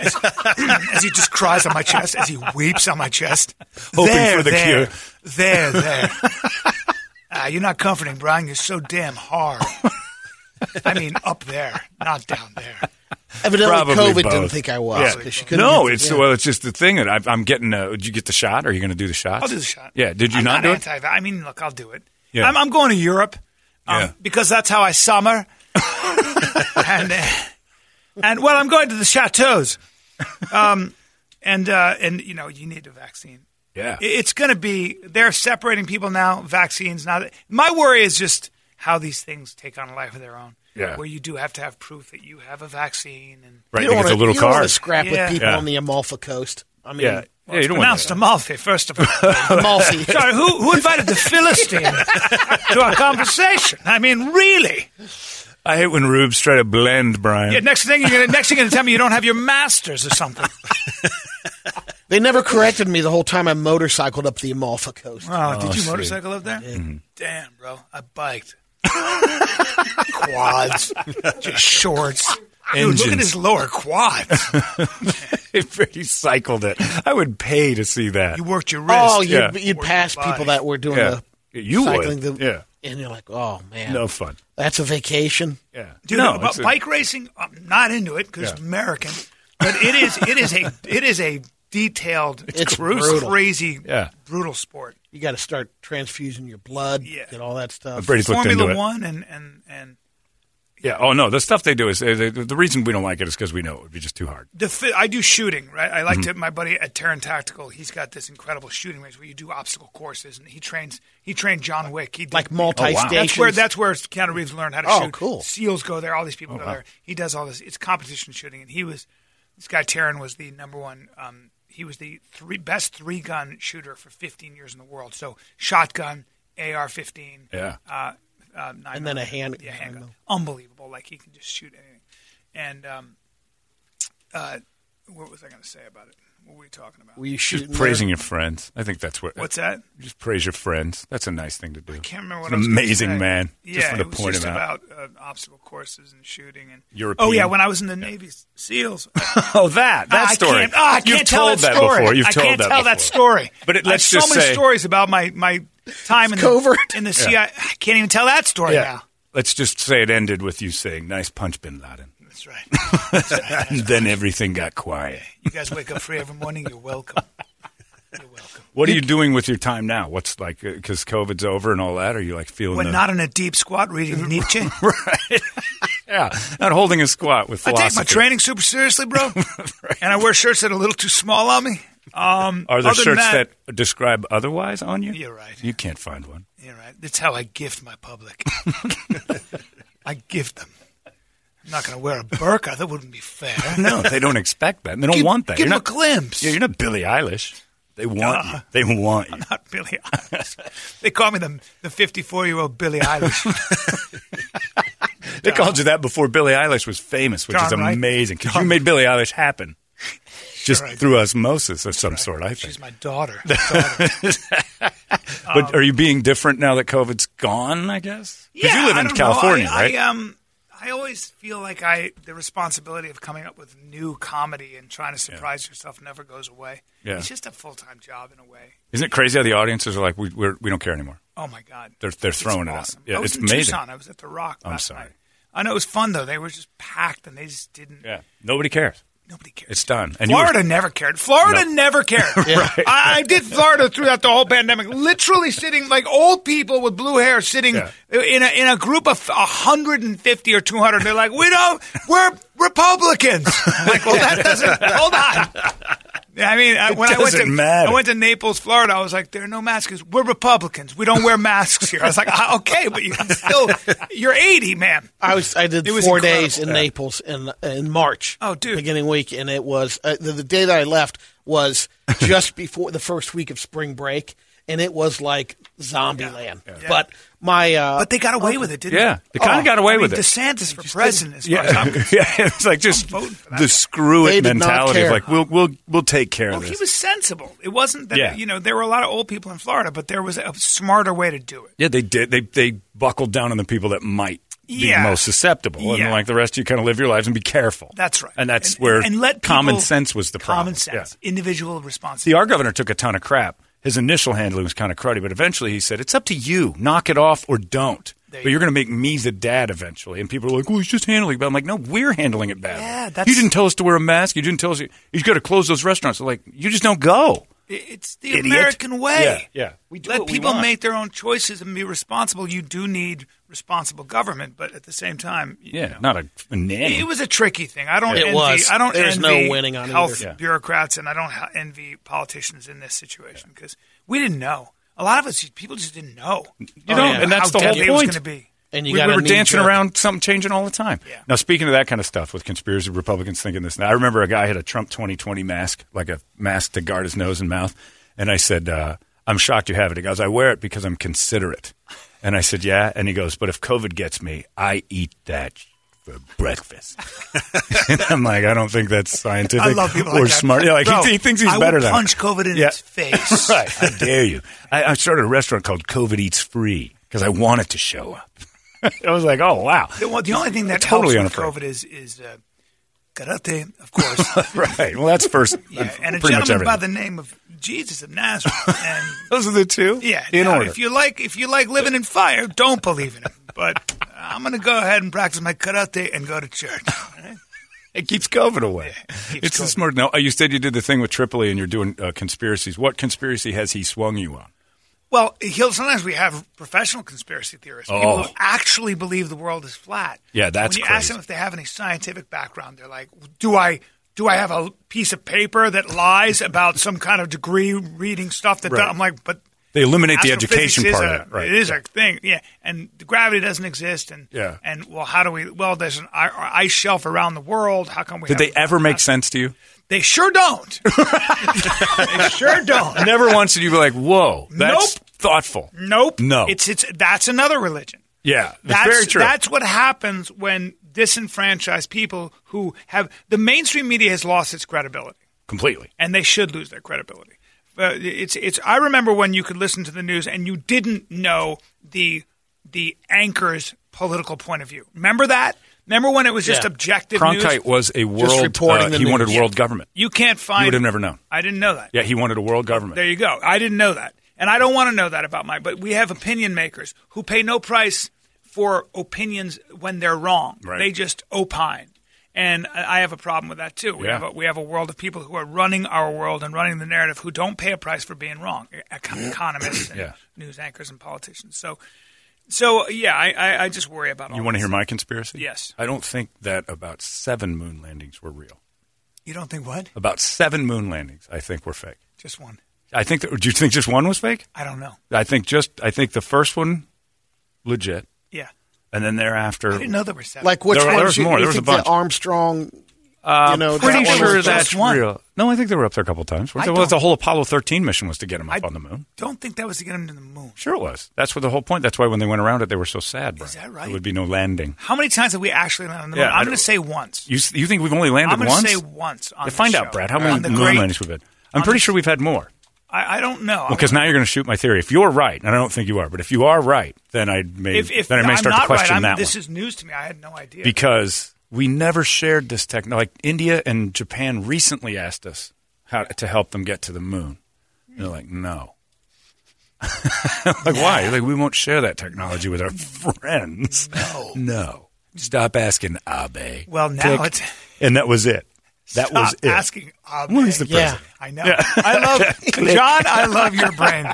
[SPEAKER 4] as he just cries on my chest as he weeps on my chest
[SPEAKER 3] Hoping
[SPEAKER 4] there,
[SPEAKER 3] for the
[SPEAKER 4] there,
[SPEAKER 3] cure.
[SPEAKER 4] there there ah you're not comforting brian you're so damn hard i mean up there not down there
[SPEAKER 5] Evidently,
[SPEAKER 3] probably
[SPEAKER 5] COVID
[SPEAKER 3] both.
[SPEAKER 5] didn't think I was.
[SPEAKER 3] Yeah.
[SPEAKER 5] 'cause she couldn't
[SPEAKER 3] No,
[SPEAKER 5] get-
[SPEAKER 3] it's
[SPEAKER 5] yeah.
[SPEAKER 3] well, it's just the thing that I, I'm getting. Uh, did you get the shot? Are you going to do the shot?
[SPEAKER 4] I'll do the shot.
[SPEAKER 3] Yeah. Did you
[SPEAKER 4] I'm
[SPEAKER 3] not, do it?
[SPEAKER 4] anti- I mean, look, I'll do it.
[SPEAKER 3] Yeah.
[SPEAKER 4] I'm, I'm going to Europe um,
[SPEAKER 3] Yeah.
[SPEAKER 4] because that's how I summer. and, uh, and well, I'm going to the chateaus. Um, and, uh, and, you know, you need a vaccine.
[SPEAKER 3] Yeah.
[SPEAKER 4] It- It's going to be, they're separating people now, vaccines. Now, my worry is just how these things take on a life of their own.
[SPEAKER 3] Yeah.
[SPEAKER 4] Where you do have to have proof that you have a vaccine. And
[SPEAKER 3] right.
[SPEAKER 5] You
[SPEAKER 3] You get
[SPEAKER 5] don't want
[SPEAKER 3] the
[SPEAKER 5] to
[SPEAKER 3] little card.
[SPEAKER 5] scrap
[SPEAKER 4] Yeah.
[SPEAKER 5] with people
[SPEAKER 3] Yeah.
[SPEAKER 5] on the Amalfi Coast. I mean,
[SPEAKER 3] Yeah. yeah. You don't want
[SPEAKER 4] Pronounced
[SPEAKER 3] that.
[SPEAKER 4] Amalfi, first of all.
[SPEAKER 5] Amalfi.
[SPEAKER 4] Sorry, who, who invited the Philistine to our conversation? I mean, really?
[SPEAKER 3] I hate when rubes try to blend, Brian.
[SPEAKER 4] Yeah, next thing you're gonna next thing you're gonna tell me you don't have your masters or something.
[SPEAKER 5] They never corrected me the whole time I motorcycled up the Amalfi Coast.
[SPEAKER 4] Oh,
[SPEAKER 3] Oh, Mm-hmm.
[SPEAKER 4] did you
[SPEAKER 3] sweet.
[SPEAKER 4] motorcycle up there? Damn, bro, I biked.
[SPEAKER 5] Quads.
[SPEAKER 4] Just shorts. Dude, look at
[SPEAKER 3] Engines.
[SPEAKER 4] his lower quads.
[SPEAKER 3] Brady cycled it. I would pay to see that.
[SPEAKER 4] You worked your wrist.
[SPEAKER 5] Oh,
[SPEAKER 3] yeah.
[SPEAKER 5] you'd, you'd
[SPEAKER 4] Or
[SPEAKER 5] pass
[SPEAKER 4] your body.
[SPEAKER 5] people that were doing
[SPEAKER 3] Yeah.
[SPEAKER 5] the
[SPEAKER 3] You would.
[SPEAKER 5] cycling. The,
[SPEAKER 3] Yeah.
[SPEAKER 5] and you're like, oh man,
[SPEAKER 3] No fun.
[SPEAKER 5] that's a vacation.
[SPEAKER 3] Yeah.
[SPEAKER 4] Dude,
[SPEAKER 3] no,
[SPEAKER 4] about
[SPEAKER 3] it's a-
[SPEAKER 4] bike racing, I'm not into it because
[SPEAKER 3] Yeah.
[SPEAKER 4] American. But it is it is a it is a detailed,
[SPEAKER 5] It's It's
[SPEAKER 4] cru-
[SPEAKER 5] brutal.
[SPEAKER 4] crazy,
[SPEAKER 3] Yeah.
[SPEAKER 4] brutal sport.
[SPEAKER 5] You got to start transfusing your blood,
[SPEAKER 4] Yeah.
[SPEAKER 5] get all that stuff.
[SPEAKER 3] Brady's looked
[SPEAKER 4] Formula
[SPEAKER 3] into it.
[SPEAKER 4] One and and and
[SPEAKER 3] Yeah. Oh no, the stuff they do is uh, the, the reason we don't like it is because we know it would be just too hard.
[SPEAKER 4] the fi- I do shooting, right? I
[SPEAKER 3] Mm-hmm.
[SPEAKER 4] like to my buddy at Terran Tactical. He's got this incredible shooting range where you do obstacle courses, and he trains. He trained John Wick. He did,
[SPEAKER 3] Oh,
[SPEAKER 5] Like multi-stations.
[SPEAKER 4] That's where that's where Keanu Reeves learned how to
[SPEAKER 5] Oh,
[SPEAKER 4] shoot.
[SPEAKER 5] cool.
[SPEAKER 4] Seals go there. All these people go there. He does all this. It's competition shooting, and he was this guy. Terran was the number one. Um, he was the three best three gun shooter for 15 years in the world. So shotgun, AR-15,
[SPEAKER 3] Yeah.
[SPEAKER 4] uh, uh, nine
[SPEAKER 5] And then a hand-
[SPEAKER 4] yeah, handgun,
[SPEAKER 5] handgun.
[SPEAKER 4] unbelievable. Like he can just shoot anything, and. um uh, what was I going to say about it? What were we talking about?
[SPEAKER 5] Were you
[SPEAKER 3] Just
[SPEAKER 5] shooting there?
[SPEAKER 3] praising your friends. I think that's what.
[SPEAKER 4] What's that?
[SPEAKER 3] Just praise your friends. That's a nice thing to do.
[SPEAKER 4] I can't remember what
[SPEAKER 3] An
[SPEAKER 4] I was gonna
[SPEAKER 3] amazing
[SPEAKER 4] say.
[SPEAKER 3] man.
[SPEAKER 4] Yeah,
[SPEAKER 3] just want to
[SPEAKER 4] it was
[SPEAKER 3] point
[SPEAKER 4] just
[SPEAKER 3] him out.
[SPEAKER 4] about uh, obstacle courses and shooting and
[SPEAKER 3] European-
[SPEAKER 4] Oh yeah, when I was in the Navy SEALs.
[SPEAKER 3] Oh, that that
[SPEAKER 4] Ah, I
[SPEAKER 3] story.
[SPEAKER 4] can't, ah, I can't
[SPEAKER 3] You've
[SPEAKER 4] tell
[SPEAKER 3] told
[SPEAKER 4] that,
[SPEAKER 3] that,
[SPEAKER 4] story.
[SPEAKER 3] before. You've
[SPEAKER 4] I
[SPEAKER 3] told
[SPEAKER 4] can't
[SPEAKER 3] that
[SPEAKER 4] tell that
[SPEAKER 3] before.
[SPEAKER 4] story.
[SPEAKER 3] But it,
[SPEAKER 4] I have
[SPEAKER 3] let's
[SPEAKER 4] so
[SPEAKER 3] just
[SPEAKER 4] many
[SPEAKER 3] say,
[SPEAKER 4] stories about my my time in
[SPEAKER 5] covert.
[SPEAKER 4] the in the CIA. I can't even tell that story
[SPEAKER 3] yeah.
[SPEAKER 4] now.
[SPEAKER 3] Let's just say it ended with you saying, "Nice punch, Bin Laden."
[SPEAKER 4] That's right.
[SPEAKER 3] and then everything got quiet.
[SPEAKER 4] You guys wake up free every morning. You're welcome. You're welcome.
[SPEAKER 3] What are you doing with your time now? What's like because COVID's over and all that? Are you like feeling
[SPEAKER 4] When
[SPEAKER 3] the-
[SPEAKER 4] not in a deep squat reading Nietzsche,
[SPEAKER 3] yeah, not holding a squat with
[SPEAKER 4] I
[SPEAKER 3] philosophy?
[SPEAKER 4] take my training super seriously, bro. And I wear shirts that are a little too small on me. Um,
[SPEAKER 3] Are there
[SPEAKER 4] other than
[SPEAKER 3] shirts that, describe otherwise on you?
[SPEAKER 4] You're right.
[SPEAKER 3] You can't find one.
[SPEAKER 4] Yeah, right. That's how I gift my public. I gift them. I'm not going to wear a burqa. That wouldn't be fair.
[SPEAKER 3] No, they don't expect that. They don't
[SPEAKER 4] Give-
[SPEAKER 3] want that.
[SPEAKER 4] give
[SPEAKER 3] you're
[SPEAKER 4] them
[SPEAKER 3] not,
[SPEAKER 4] a Uh-uh. glimpse.
[SPEAKER 3] Yeah, you're not Billie Eilish. They want you. They want you.
[SPEAKER 4] Not Billy Eilish. They call me the the 54 year old Billy Eilish.
[SPEAKER 3] They called you that before Billie Eilish was famous, which
[SPEAKER 4] Darn
[SPEAKER 3] is
[SPEAKER 4] right.
[SPEAKER 3] amazing. 'cause you made Billie Eilish happen just
[SPEAKER 4] I did.
[SPEAKER 3] through osmosis of some sort, I think.
[SPEAKER 4] She's my daughter. daughter.
[SPEAKER 3] But are you being different now that COVID's gone, I guess? Because
[SPEAKER 4] Yeah,
[SPEAKER 3] you live
[SPEAKER 4] I
[SPEAKER 3] in
[SPEAKER 4] don't know.
[SPEAKER 3] California,
[SPEAKER 4] I,
[SPEAKER 3] right?
[SPEAKER 4] I, um, I always feel like I the responsibility of coming up with new comedy and trying to surprise yourself never goes away.
[SPEAKER 3] Yeah.
[SPEAKER 4] It's just a full time job in a way.
[SPEAKER 3] Isn't it crazy how the audiences are like, we, we're, we don't care anymore?
[SPEAKER 4] Oh my God,
[SPEAKER 3] They're- they're
[SPEAKER 4] It's
[SPEAKER 3] throwing it out.
[SPEAKER 4] awesome.
[SPEAKER 3] Yeah,
[SPEAKER 4] I was
[SPEAKER 3] it's
[SPEAKER 4] in
[SPEAKER 3] amazing.
[SPEAKER 4] Tucson. I was at the Rock.
[SPEAKER 3] I'm
[SPEAKER 4] last
[SPEAKER 3] sorry.
[SPEAKER 4] night. I know it was fun though. They were just packed and they just didn't.
[SPEAKER 3] Yeah. Nobody cares.
[SPEAKER 4] Nobody cared.
[SPEAKER 3] It's done. And you were-
[SPEAKER 4] Florida never cared. Florida
[SPEAKER 3] No.
[SPEAKER 4] never cared. I, I did Florida throughout the whole pandemic, literally sitting like old people with blue hair sitting
[SPEAKER 3] Yeah.
[SPEAKER 4] in a in a group of 150 or 200. They're like, we don't, we're Republicans. I'm like, well, that doesn't. Hold on. Yeah, I mean, I, when I went to
[SPEAKER 3] doesn't matter.
[SPEAKER 4] I went to Naples, Florida, I was like, there are no masks. We're Republicans. We don't wear masks here. I was like, ah, okay, but you can still, you're 80, man.
[SPEAKER 5] I was I did
[SPEAKER 4] It was
[SPEAKER 5] four
[SPEAKER 4] incredible.
[SPEAKER 5] days in Naples in in March.
[SPEAKER 4] Oh, dude.
[SPEAKER 5] beginning week, and it was uh, the, the day that I left was just before the first week of spring break, and it was like zombie land. But my uh,
[SPEAKER 4] But they got away with it, didn't
[SPEAKER 3] Yeah, they
[SPEAKER 4] they? Oh,
[SPEAKER 3] kinda got away
[SPEAKER 4] I mean,
[SPEAKER 3] with it.
[SPEAKER 4] DeSantis for president, as far as I'm
[SPEAKER 3] Yeah, yeah. It's like just
[SPEAKER 4] I'm voting for that
[SPEAKER 3] the
[SPEAKER 4] guy.
[SPEAKER 3] screw
[SPEAKER 5] They
[SPEAKER 3] it
[SPEAKER 5] did not
[SPEAKER 3] mentality of
[SPEAKER 5] care.
[SPEAKER 3] like we'll we'll we'll take care
[SPEAKER 4] Well,
[SPEAKER 3] of
[SPEAKER 4] Oh, he
[SPEAKER 3] this.
[SPEAKER 4] was sensible. It wasn't that
[SPEAKER 3] Yeah.
[SPEAKER 4] you know there were a lot of old people in Florida, but there was a smarter way to do it.
[SPEAKER 3] yeah, they did. They they buckled down on the people that might be
[SPEAKER 4] Yeah.
[SPEAKER 3] most susceptible,
[SPEAKER 4] Yeah.
[SPEAKER 3] and like the rest, you kind of live your lives and be careful.
[SPEAKER 4] That's right.
[SPEAKER 3] And that's where
[SPEAKER 4] and let
[SPEAKER 3] common
[SPEAKER 4] people-
[SPEAKER 3] sense was the problem.
[SPEAKER 4] common sense,
[SPEAKER 3] Yeah.
[SPEAKER 4] individual responsibility.
[SPEAKER 3] See, our governor took a ton of crap. His initial handling was kind of cruddy, but eventually he said, "It's up to you. Knock it off or don't."
[SPEAKER 4] There
[SPEAKER 3] but
[SPEAKER 4] you
[SPEAKER 3] you're going to make me the dad eventually. And people are like, "Well, he's just handling." it. But I'm like, "No, we're handling it badly.
[SPEAKER 4] Yeah, that's-
[SPEAKER 3] You didn't tell us to wear a mask. You didn't tell us you, you got to close those restaurants." They're like, you just don't go.
[SPEAKER 4] It- It's the
[SPEAKER 3] Idiot.
[SPEAKER 4] American way.
[SPEAKER 3] Yeah, yeah. We do
[SPEAKER 4] Let
[SPEAKER 3] what we
[SPEAKER 4] people
[SPEAKER 3] want.
[SPEAKER 4] make their own choices and be responsible. You do need responsible government, but at the same time, you
[SPEAKER 3] Yeah,
[SPEAKER 4] know,
[SPEAKER 3] not a, a nanny.
[SPEAKER 4] It was a tricky thing. I don't.
[SPEAKER 5] It
[SPEAKER 4] envy,
[SPEAKER 5] was.
[SPEAKER 4] I don't.
[SPEAKER 5] There's no
[SPEAKER 4] envy
[SPEAKER 5] winning on
[SPEAKER 4] health
[SPEAKER 5] either.
[SPEAKER 3] Yeah.
[SPEAKER 4] bureaucrats, and I don't ha- envy politicians in this situation because we didn't know. A lot of us people just didn't know. You
[SPEAKER 3] don't, and that's
[SPEAKER 4] Oh, how
[SPEAKER 3] the whole
[SPEAKER 4] deadly it was
[SPEAKER 3] point.
[SPEAKER 4] going to be.
[SPEAKER 5] and you
[SPEAKER 3] we,
[SPEAKER 5] got
[SPEAKER 3] we were dancing
[SPEAKER 5] jerk.
[SPEAKER 3] around something changing all the time.
[SPEAKER 4] Yeah.
[SPEAKER 3] Now, speaking of that kind of stuff with conspiracy Republicans thinking this, and I remember a guy had a Trump 2020 mask, like a mask to guard his nose and mouth. And I said, uh, I'm shocked you have it. He goes, I wear it because I'm considerate. And I said, Yeah. And he goes, But if COVID gets me, I eat that for breakfast. and I'm like, I don't think that's scientific
[SPEAKER 4] I love people
[SPEAKER 3] or
[SPEAKER 4] like that.
[SPEAKER 3] smart. Yeah, like,
[SPEAKER 4] Bro,
[SPEAKER 3] he, he thinks he's
[SPEAKER 4] I
[SPEAKER 3] better
[SPEAKER 4] will
[SPEAKER 3] than
[SPEAKER 4] punch COVID in its face.
[SPEAKER 3] right. How dare you? I, I started a restaurant called COVID Eats Free because I wanted to show up. I was like, oh wow,
[SPEAKER 4] The, well, the only thing that
[SPEAKER 3] Totally
[SPEAKER 4] helps with
[SPEAKER 3] unafraid.
[SPEAKER 4] COVID is is uh, karate, of course,
[SPEAKER 3] right? Well, that's first.
[SPEAKER 4] yeah, and a
[SPEAKER 3] pretty much everything.
[SPEAKER 4] gentleman by the name of Jesus of Nazareth. And
[SPEAKER 3] Those are the two.
[SPEAKER 4] yeah,
[SPEAKER 3] in
[SPEAKER 4] now,
[SPEAKER 3] order.
[SPEAKER 4] If you like, if you like living in fire, don't believe in him. But I'm going to go ahead and practice my karate and go to church. all right?
[SPEAKER 3] It keeps COVID away.
[SPEAKER 4] keeps
[SPEAKER 3] it's the
[SPEAKER 4] COVID.
[SPEAKER 3] smart. No, you said you did the thing with Tripoli and you're doing uh, conspiracies. What conspiracy has he swung you on?
[SPEAKER 4] Well, he'll, sometimes we have professional conspiracy theorists, people
[SPEAKER 3] Oh.
[SPEAKER 4] who actually believe the world is flat.
[SPEAKER 3] Yeah, that's
[SPEAKER 4] when you ask
[SPEAKER 3] crazy.
[SPEAKER 4] them if they have any scientific background, they're like, "Do I do I have a piece of paper that lies about some kind of degree reading stuff that
[SPEAKER 3] Right.
[SPEAKER 4] I'm like, but
[SPEAKER 3] They eliminate the
[SPEAKER 4] astrophysics
[SPEAKER 3] education
[SPEAKER 4] is
[SPEAKER 3] part
[SPEAKER 4] a-
[SPEAKER 3] of it, right?
[SPEAKER 4] It is a thing, yeah. And the gravity doesn't exist, and
[SPEAKER 3] Yeah.
[SPEAKER 4] and well, how do we? Well, there's an i- ice shelf around the world. How come we?
[SPEAKER 3] Did
[SPEAKER 4] have- uh,
[SPEAKER 3] they ever make sense to you?
[SPEAKER 4] They sure don't. they sure don't.
[SPEAKER 3] Never once did you be like, "Whoa, that's
[SPEAKER 4] Nope.
[SPEAKER 3] thoughtful."
[SPEAKER 4] Nope.
[SPEAKER 3] No.
[SPEAKER 4] It's it's that's another religion.
[SPEAKER 3] Yeah, that's
[SPEAKER 4] That's
[SPEAKER 3] very true.
[SPEAKER 4] That's what happens when disenfranchised people who have the mainstream media has lost its credibility,
[SPEAKER 3] completely.
[SPEAKER 4] and they should lose their credibility. Uh, it's it's. I remember when you could listen to the news and you didn't know the the anchor's political point of view. Remember that? Remember when it was just
[SPEAKER 5] Yeah.
[SPEAKER 4] objective news?
[SPEAKER 3] Cronkite was a world.
[SPEAKER 5] reporting
[SPEAKER 3] Uh,
[SPEAKER 5] the
[SPEAKER 3] he wanted
[SPEAKER 5] news.
[SPEAKER 3] world government.
[SPEAKER 4] You can't find.
[SPEAKER 3] You would have never known.
[SPEAKER 4] I didn't know that.
[SPEAKER 3] Yeah, he wanted a world government.
[SPEAKER 4] There you go. I didn't know that. And I don't want to know that about my, but we have opinion makers who pay no price for opinions when they're wrong.
[SPEAKER 3] Right.
[SPEAKER 4] They just opine. And I I have a problem with that too. We,
[SPEAKER 3] Yeah.
[SPEAKER 4] have a, we have a world of people who are running our world and running the narrative who don't pay a price for being wrong. E, Econ- economists and
[SPEAKER 3] Yeah.
[SPEAKER 4] news anchors and politicians. So, so yeah, I, I, I just worry about all
[SPEAKER 3] You want to
[SPEAKER 4] this.
[SPEAKER 3] hear my conspiracy?
[SPEAKER 4] Yes.
[SPEAKER 3] I don't think that about seven moon landings were real.
[SPEAKER 4] You don't think what?
[SPEAKER 3] About seven moon landings, I think were fake.
[SPEAKER 4] Just one.
[SPEAKER 3] I think. That, do you think just one was fake?
[SPEAKER 4] I don't know.
[SPEAKER 3] I think just. I think the first one, legit,
[SPEAKER 4] Yeah.
[SPEAKER 3] and then thereafter,
[SPEAKER 4] I didn't know there were seven.
[SPEAKER 5] Like which
[SPEAKER 3] There- there
[SPEAKER 5] ones
[SPEAKER 3] was
[SPEAKER 5] you,
[SPEAKER 3] more.
[SPEAKER 5] you
[SPEAKER 3] There was a
[SPEAKER 5] think
[SPEAKER 3] bunch. Uh,
[SPEAKER 5] The Armstrong. you know,
[SPEAKER 3] pretty
[SPEAKER 5] that one
[SPEAKER 3] sure
[SPEAKER 5] was
[SPEAKER 3] that's
[SPEAKER 4] just one.
[SPEAKER 3] real. No, I think they were up there a couple times.
[SPEAKER 4] I
[SPEAKER 3] Well, the
[SPEAKER 4] don't-
[SPEAKER 3] whole Apollo 13 mission was to get them
[SPEAKER 4] I
[SPEAKER 3] up on the moon.
[SPEAKER 4] don't think that was to get him to the moon.
[SPEAKER 3] Sure, it was. That's what the whole point. That's why when they went around it, they were so sad. Brian.
[SPEAKER 4] Is that right?
[SPEAKER 3] There would be no landing.
[SPEAKER 4] How many times have we actually landed on the
[SPEAKER 3] Yeah,
[SPEAKER 4] moon?
[SPEAKER 3] I
[SPEAKER 4] I'm going
[SPEAKER 3] don't-
[SPEAKER 4] to say once.
[SPEAKER 3] You s- you think we've only landed
[SPEAKER 4] I'm going
[SPEAKER 3] once?
[SPEAKER 4] to say once. On
[SPEAKER 3] Yeah,
[SPEAKER 4] the
[SPEAKER 3] find
[SPEAKER 4] show.
[SPEAKER 3] out, Brad. How
[SPEAKER 4] On
[SPEAKER 3] many
[SPEAKER 4] the
[SPEAKER 3] moon
[SPEAKER 4] great-
[SPEAKER 3] landings we've had? I'm
[SPEAKER 4] on
[SPEAKER 3] pretty
[SPEAKER 4] the-
[SPEAKER 3] sure we've had more.
[SPEAKER 4] I, I don't know.
[SPEAKER 3] Because now you're going to shoot my theory. If you're right, and I don't think you are, but if you are right, then I may
[SPEAKER 4] if, if
[SPEAKER 3] then I may
[SPEAKER 4] I'm
[SPEAKER 3] start
[SPEAKER 4] not
[SPEAKER 3] to question
[SPEAKER 4] right, I'm-
[SPEAKER 3] that
[SPEAKER 4] this
[SPEAKER 3] one
[SPEAKER 4] is news to me. I had no idea.
[SPEAKER 3] because we never shared this technology. Like India and Japan recently asked us how to help them get to the moon. And they're like, no. like why? Like we won't share that technology with our friends. No, no. Stop asking Abe.
[SPEAKER 4] Well, now
[SPEAKER 3] Click.
[SPEAKER 4] it's-
[SPEAKER 3] and that was it. That
[SPEAKER 4] Stop
[SPEAKER 3] was it.
[SPEAKER 4] asking. Abe.
[SPEAKER 3] Well, he's the
[SPEAKER 5] Yeah.
[SPEAKER 3] president.
[SPEAKER 4] I know. I love John. I love your brain.